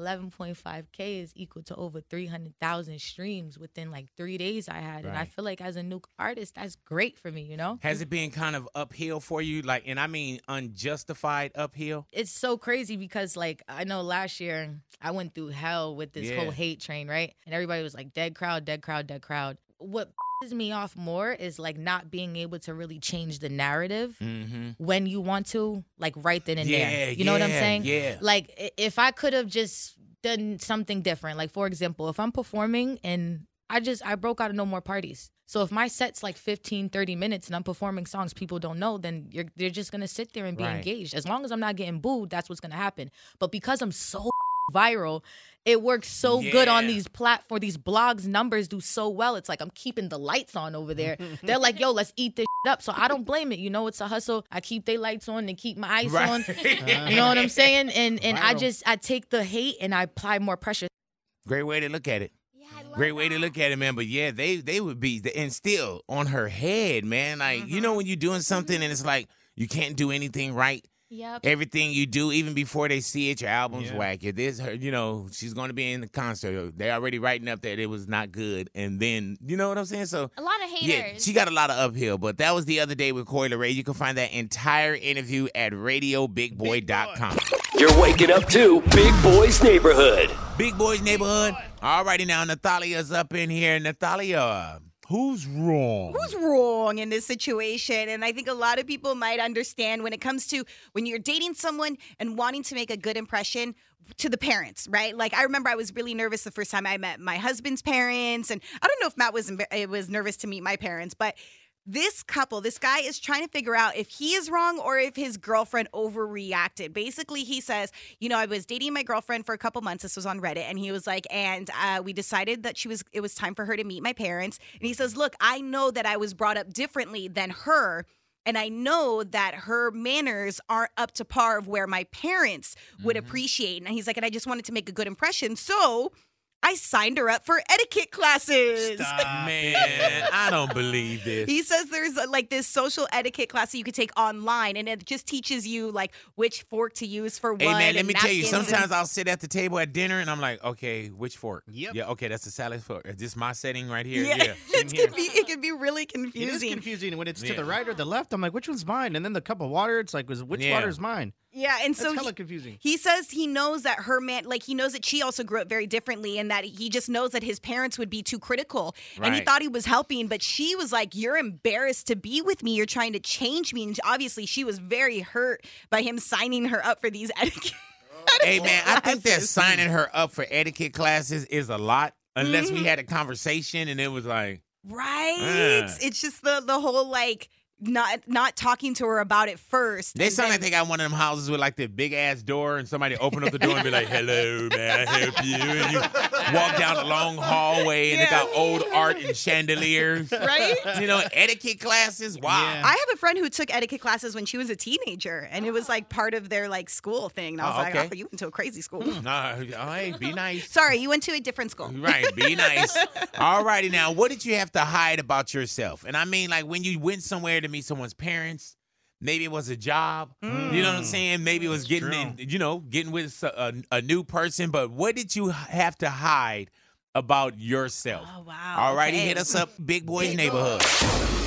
S25: 11.5K is equal to over 300,000 streams within like three days I had. And I
S2: Right.
S25: feel like as a new artist, that's great for me, you know?
S2: Has it been kind of uphill for you? Like, and I mean unjustified uphill.
S25: it's so crazy because like I know last year I went through hell with this
S2: Yeah.
S25: whole hate train, right? And everybody was like dead crowd, dead crowd, dead crowd. What pisses me off more is like not being able to really change the narrative
S2: Mm-hmm.
S25: when you want to, like right then and
S2: Yeah,
S25: there. You know what I'm
S2: yeah,
S25: saying?
S2: yeah.
S25: Like i- if I could have just done something different, like for example, if I'm performing and I just I broke out of no more parties. So if my set's like 15, 30 minutes and I'm performing songs people don't know, then you're they're just gonna sit there and be Right. engaged. As long as I'm not getting booed, that's what's gonna happen. But because I'm so viral, it works so good on
S2: Yeah.
S25: these platform these blogs numbers do so well. It's like I'm keeping the lights on over there. They're like, yo, let's eat this shit up. So I don't blame it. You know, it's a hustle. I keep they lights on and keep my eyes
S2: Right.
S25: on. You know what I'm saying? And and I
S2: Viral.
S25: just I take the hate and I apply more pressure.
S2: Great way to look at it. Great way to look at it, man. But yeah, they they would be and still on her head, man. Like you
S3: Uh-huh.
S2: know when you're doing something and it's like you can't do anything right.
S3: Mm-hmm. Yep.
S2: Everything you do, even before they see it, your album's whack. If this, her, you know, she's going to be in the concert. They already writing up that it was not good, and then you know what I'm saying. So
S3: A lot of
S2: yeah,
S3: haters.
S2: she got a lot of uphill, but that was the other day with Coy Ray. You can find that entire interview at RadioBigBoy.com.
S1: You're waking up to Big Boys Neighborhood.
S2: Big Boys Neighborhood. All righty now, Nathalia's up in here. Nathalia, who's wrong?
S5: who's wrong in this situation and i think a lot of people might understand when it comes to when you're dating someone and wanting to make a good impression to the parents right like i remember i was really nervous the first time i met my husband's parents and i don't know if matt was it was nervous to meet my parents but This couple, this guy is trying to figure out if he is wrong or if his girlfriend overreacted. Basically, he says, You know, I was dating my girlfriend for a couple months. This was on Reddit. And he was like, And uh, we decided that she was, it was time for her to meet my parents. And he says, Look, I know that I was brought up differently than her. And I know that her manners aren't up to par of where my parents would appreciate. And he's like, and I just wanted to make a good impression. So I signed her up for etiquette classes.
S2: Man, I don't believe this.
S5: He says there's uh, like this social etiquette class that you could take online, and it just teaches you like which fork to use for what.
S2: Hey man, let
S5: and
S2: me tell you.
S5: napkins and-
S2: Sometimes I'll sit at the table at dinner and I'm like, okay, which fork?
S5: Yep.
S2: Yeah. Okay, that's a salad fork. Is this my setting right here?
S5: Yeah.
S2: Yeah.
S5: it can be it can be really
S4: It is
S5: confusing.
S4: confusing when it's
S2: Yeah.
S4: to the right or the left. I'm like, which one's mine? And then the cup of water, it's like, was which
S2: Yeah.
S4: water is mine?
S5: Yeah, and
S4: That's
S5: so
S4: hella
S5: he,
S4: confusing.
S5: he says he knows that her man, like he knows that she also grew up very differently, and that he just knows that his parents would be too critical, and he
S24: Right.
S5: thought he was helping, but she was like, "You're embarrassed to be with me. You're trying to change me." And obviously, she was very hurt by him signing her up for these etiquette.
S2: hey man, I think that signing her up for etiquette classes is a lot. Unless we had a conversation and it was like,
S5: Right?
S2: Yeah.
S5: It's just the the whole like not not talking to her about it first.
S2: they sound like they got one of them houses with like the big ass door and somebody open up the door and be like, hello, may I help you? And you walk down a long hallway and they got old art and chandeliers.
S5: Right?
S2: You know, etiquette classes. Wow.
S5: I have a friend who took etiquette classes when she was a teenager, and it was like part of their like school thing. And I was
S2: Oh, okay.
S5: like, "Oh, you went to a crazy school."
S2: Nah, hey, be nice.
S5: Sorry, you went to a different school.
S2: Right, be nice. All righty now, what did you have to hide about yourself? And I mean, like when you went somewhere to meet someone's parents, maybe it was a job. You know what I'm saying? Maybe it was getting, in, you know, getting with s- a, a new person. But what did you h- have to hide about yourself? Oh wow! All righty, hit us up, Big Boys Neighborhood.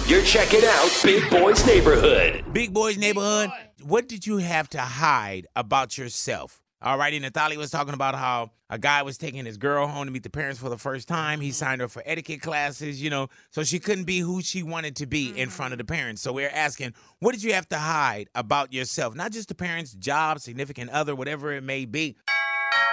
S1: You're checking out Big Boys Neighborhood.
S2: Big Boys Neighborhood, what did you have to hide about yourself? All righty, Natalie was talking about how a guy was taking his girl home to meet the parents for the first time. He signed her for etiquette classes, you know, so she couldn't be who she wanted to be in front of the parents. So we're asking, what did you have to hide about yourself? Not just the parents, job, significant other, whatever it may be.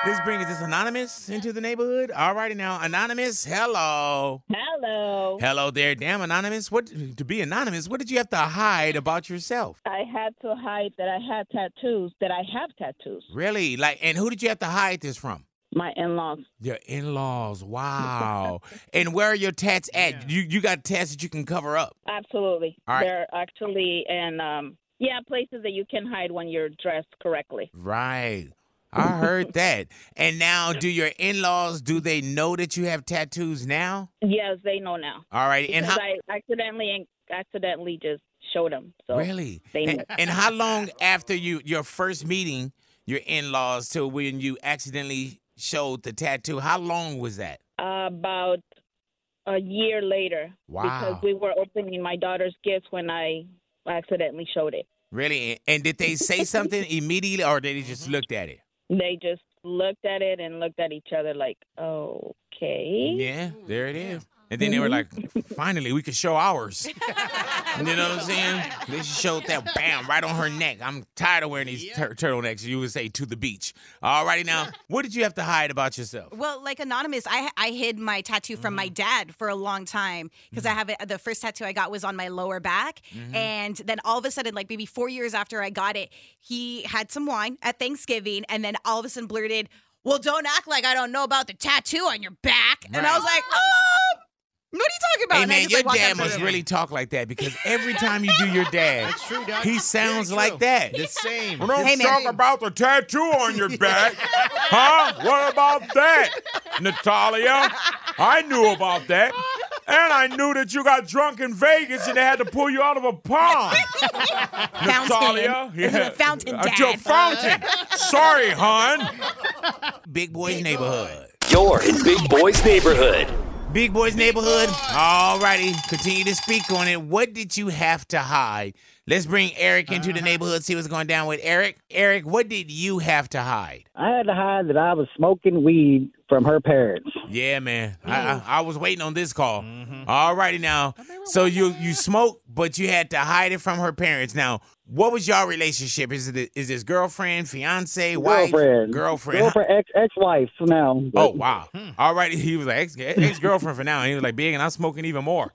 S2: This brings this anonymous into the neighborhood. All righty now, anonymous, hello.
S14: Hello.
S2: Hello there, damn anonymous. What to be anonymous? What did you have to hide about yourself?
S14: I had to hide that I had tattoos, that I have tattoos.
S2: Really? Like, and who did you have to hide this from?
S14: My in-laws.
S2: Your in-laws. Wow. and where are your tats at? You you got tats that you can cover up.
S14: Absolutely.
S2: All right.
S14: They're actually in, um, yeah, places that you can hide when you're dressed correctly.
S2: Right. I heard that. And now, do your in-laws? Do they know that you have tattoos now?
S14: Yes, they know now.
S2: All right.
S14: Because
S2: And how?
S14: I accidentally, accidentally just showed them. So
S2: really?
S14: They know.
S2: And, and how long after you your first meeting your in-laws till when you accidentally showed the tattoo? How long was that?
S14: about a year later.
S2: Wow.
S14: Because we were opening my daughter's gift when I accidentally showed it.
S2: Really? And, and did they say something immediately, or did they just looked at it?
S14: They just looked at it and looked at each other like, okay.
S2: Yeah, there it is. And then they were like, finally, we could show ours. you know what I'm saying? They showed that bam right on her neck. I'm tired of wearing these tur- turtlenecks. You would say to the beach. All righty now, what did you have to hide about yourself?
S5: Well, like anonymous, I I hid my tattoo from
S2: Mm-hmm.
S5: my dad for a long time because I have it. The first tattoo I got was on my lower back,
S2: Mm-hmm.
S16: Mhm.
S5: and then all of a sudden, like maybe four years after I got it, he had some wine at Thanksgiving, and then all of a sudden blurted, "Well, don't act like I don't know about the tattoo on your back." And I was
S2: Right.
S5: like, "Oh, what are you talking about?"
S2: Hey
S5: And I
S2: man,
S5: just,
S2: your
S5: like, walked
S2: dad
S5: out the
S2: must
S5: door.
S2: really talk like that because every time you do your dad,
S5: That's true, dog.
S2: he sounds like that.
S4: The same.
S2: Well, don't
S4: Hey, man.
S2: talk about the tattoo on your back. huh? What about that, Natalia? I knew about that. And I knew that you got drunk in Vegas and they had to pull you out of a pond. Natalia. Yeah.
S5: Fountain
S2: Uh, to a
S5: dad.
S2: fountain. Sorry, hon. Big Boys Neighborhood.
S1: You're in Big Boys Neighborhood.
S2: Big Boys Neighborhood. All righty. Continue to speak on it. What did you have to hide? Let's bring Eric into the neighborhood, see what's going down with Eric. Eric, what did you have to hide?
S18: I had to hide that I was smoking weed from her parents.
S2: Yeah, man. I, I, I was waiting on this call. All righty now. So you you smoked, but you had to hide it from her parents. Now, what was your relationship? Is it is this girlfriend, fiance, wife,
S18: girlfriend,
S2: girlfriend?
S18: girlfriend, ex ex wife now.
S2: Oh wow! All right, he was like ex girlfriend for now. And he was like big, and I'm smoking even more.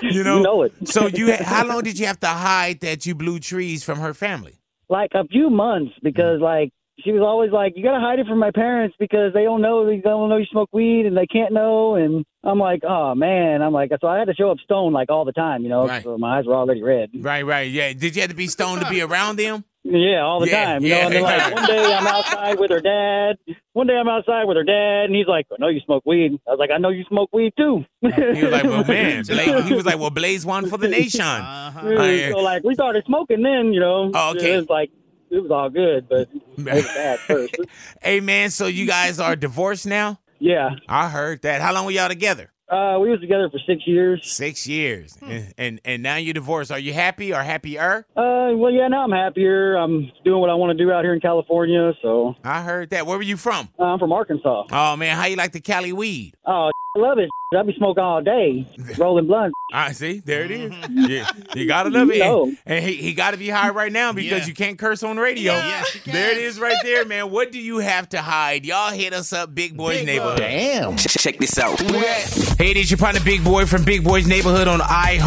S2: You know,
S21: You know it.
S2: so you how long did you have to hide that you blew trees from her family?
S21: like a few months because
S2: Mm-hmm.
S21: like she was always like, "You gotta hide it from my parents because they don't know they don't know you smoke weed and they can't know." And I'm like, "Oh man," I'm like, so I had to show up stoned like all the time, you know.
S2: Right.
S21: So my eyes were already red.
S2: Right, right, yeah. Did you have to be stoned to be around them?
S21: Yeah, all the
S2: Yeah,
S21: time. You
S2: yeah.
S21: know, and they're like, one day I'm outside with her dad. One day I'm outside with her dad, and he's like, I know you smoke weed. I was like, I know you smoke weed too.
S2: He was like, well, man, Blaze, he was like, well, Blaze one for the nation.
S21: Yeah,
S2: Uh,
S21: so like we started smoking then, you know.
S2: Oh, okay.
S21: It was like it was all good, but it was bad first.
S2: hey, man, so you guys are divorced now?
S21: Yeah.
S2: I heard that. How long were y'all together?
S21: Uh, we was together for six years.
S2: Six years, and, and and now you're divorced. Are you happy or happier?
S21: Uh, well, yeah, now I'm happier. I'm doing what I want to do out here in California. So Uh,
S2: I heard that. Where were you from?
S21: I'm from Arkansas.
S2: Oh man, how you like the Cali weed?
S21: Oh, I love it. I be smoking all day, rolling blunts.
S2: I Ah, see. There it is. Yeah, you gotta love it.
S21: No.
S2: And he, he gotta be high right now because you can't curse on the radio. There it is, right there, man. What do you have to hide? Y'all hit us up, Big Boys Neighborhood.
S1: Damn. Check this out.
S2: Hey, did you find a big boy from Big Boys Neighborhood on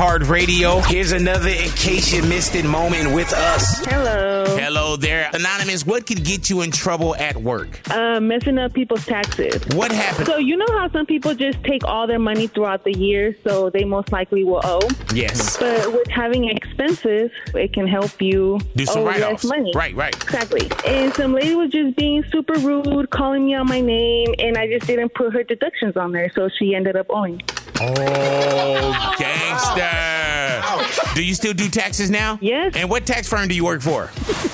S2: iHeartRadio? Here's another in case you missed it moment with us.
S24: Hello.
S2: Hello there. Anonymous, what could get you in trouble at work?
S24: Uh, messing up people's taxes.
S2: What happened?
S24: So you know how some people just take all their money throughout the year, so they most likely will owe.
S2: Yes.
S24: But with having expenses, it can help you
S2: Do some
S24: owe
S2: write
S24: less
S2: offs.
S24: money.
S2: Right, right.
S24: Exactly. And some lady was just being super rude, calling me on my name, and I just didn't put her deductions on there, so she ended up owing.
S2: Oh, gangster. Do you still do taxes now? Yes. And what tax firm do you work for?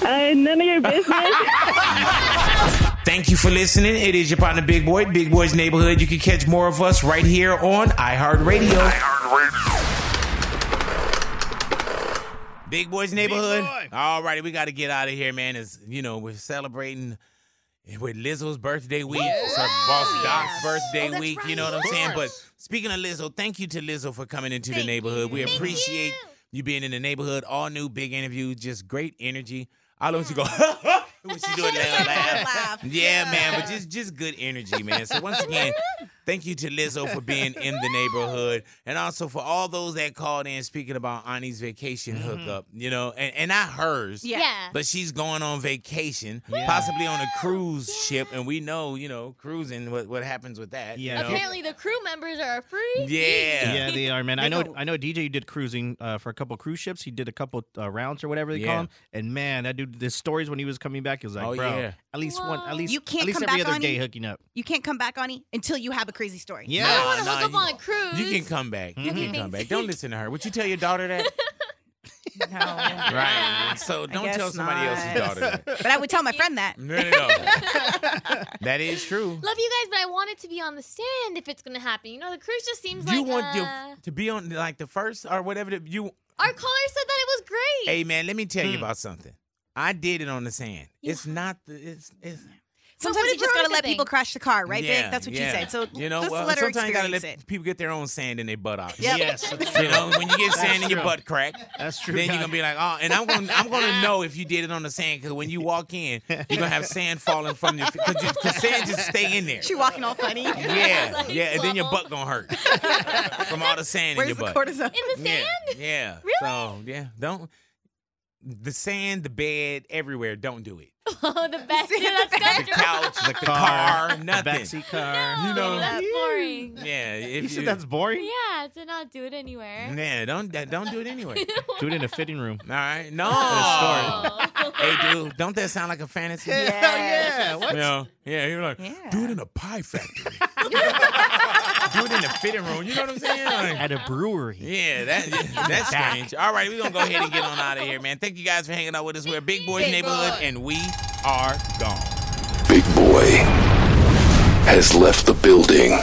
S24: Uh, none of your business.
S2: Thank you for listening. It is your partner, Big Boy, Big Boy's Neighborhood. You can catch more of us right here on iHeartRadio. Big Boy's Neighborhood. All righty, we got to get out of here, man. It's, you know, we're celebrating with Lizzo's birthday week. It's our boss Doc's birthday week. You know what I'm
S1: Of
S2: saying? But
S1: course.
S2: speaking of Lizzo, thank you to Lizzo for coming into the neighborhood. We appreciate you. being in the neighborhood. All new, big interview, just great energy. I love when she go, when she do it loud laugh. Yeah, man, but just just good energy, man. So once again, thank you to Lizzo for being in the neighborhood, and also for all those that called in speaking about Ani's vacation
S5: Mm-hmm.
S2: hookup. You know, and and not hers.
S1: Yeah. Yeah.
S2: But she's going on vacation, possibly on a cruise ship, and we know, you know, cruising what what happens with that. you know?
S3: Apparently, the crew members are free.
S2: Yeah.
S4: yeah, they are, man. I
S2: They
S4: know,
S2: go-
S4: I know. DJ did cruising uh, for a couple cruise ships. He did a couple uh, rounds or whatever they
S2: Yeah.
S4: call them. And man, that dude, the stories when he was coming back, he was like,
S2: Oh,
S4: bro,
S2: yeah.
S4: at least one, at least
S5: You can't
S4: at least
S5: come
S4: every
S5: back
S4: other
S5: on
S4: day
S5: it.
S4: hooking up.
S5: You can't come back on it until you have a crazy story.
S2: Yeah. I wanna Nah, hook up nah,
S5: on a cruise.
S2: You can come back. You
S5: Okay,
S2: can come back.
S5: thanks.
S2: Don't listen to her. Would you tell your daughter that? Right. So
S5: I
S2: don't
S5: guess
S2: tell somebody else's
S5: not.
S2: daughter that.
S5: But I would tell my friend that.
S2: No, no, no. that is true.
S3: Love you guys, but I want it to be on the stand if it's gonna happen. You know, the cruise just seems
S2: you
S3: like
S2: want
S3: uh,
S2: your to be on like the first or whatever the, you
S3: our caller said that it was great.
S2: Hey man, let me tell
S4: Hmm.
S2: you about something. I did it on the sand. It's not the it's it's
S5: Sometimes you just gotta let people crash the car, right,
S2: yeah,
S5: Vic? That's what
S2: yeah.
S5: you said. So
S2: you know,
S5: just
S2: well,
S5: let her
S2: sometimes you gotta
S5: experience
S2: let
S5: it.
S2: people get their own sand in their butt out.
S5: Yep.
S4: Yes, that's
S2: you know, when you get
S4: That's
S2: sand in your
S4: true.
S2: butt crack,
S4: That's true,
S2: Then you're
S4: guy.
S2: gonna be like, oh, and I'm gonna I'm gonna know if you did it on the sand because when you walk in, you're gonna have sand falling from your because sand just stay in there.
S5: She walking all funny.
S2: Yeah, yeah, and then your butt gonna hurt from all the sand
S5: Where's
S2: in your
S5: the
S2: butt.
S5: cortisone? In the
S2: Yeah, yeah.
S5: Really?
S2: So yeah, don't the sand, the bed, everywhere. Don't do it.
S3: Oh, the best. Dude, that's good.
S2: The couch, the,
S4: car,
S2: car,
S4: the
S2: nothing.
S4: backseat car.
S2: You
S3: No,
S2: know.
S3: that's boring.
S2: Yeah, if
S4: You said that's boring.
S3: Yeah, to not do it anywhere.
S2: Yeah, don't that- don't do it anyway.
S4: Do it in a fitting room.
S2: All right, no. hey, dude, don't that sound like a fantasy?
S4: Yes. yeah, what?
S2: Yeah, yeah. You're like, do it in a pie factory. do it in the fitting room. You know what I'm saying? Like,
S4: At a brewery.
S2: yeah, that, that's strange. All right, we're going to go ahead and get on out of here, man. Thank you guys for hanging out with us. We're Big Boys
S1: Big
S2: Neighborhood,
S1: Boy.
S2: and we are gone.
S1: Big Boy has left the building.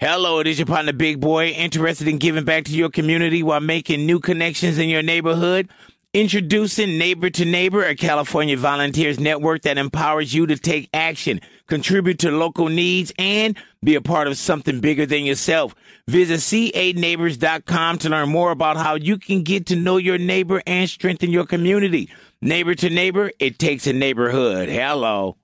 S7: Hello, it is your partner, Big Boy, interested in giving back to your community while making new connections in your neighborhood. Introducing Neighbor to Neighbor, a California volunteers network that empowers you to take action, contribute to local needs, and be a part of something bigger than yourself. Visit c8neighbors.com to learn more about how you can get to know your neighbor and strengthen your community. Neighbor to Neighbor, it takes a neighborhood. Hello.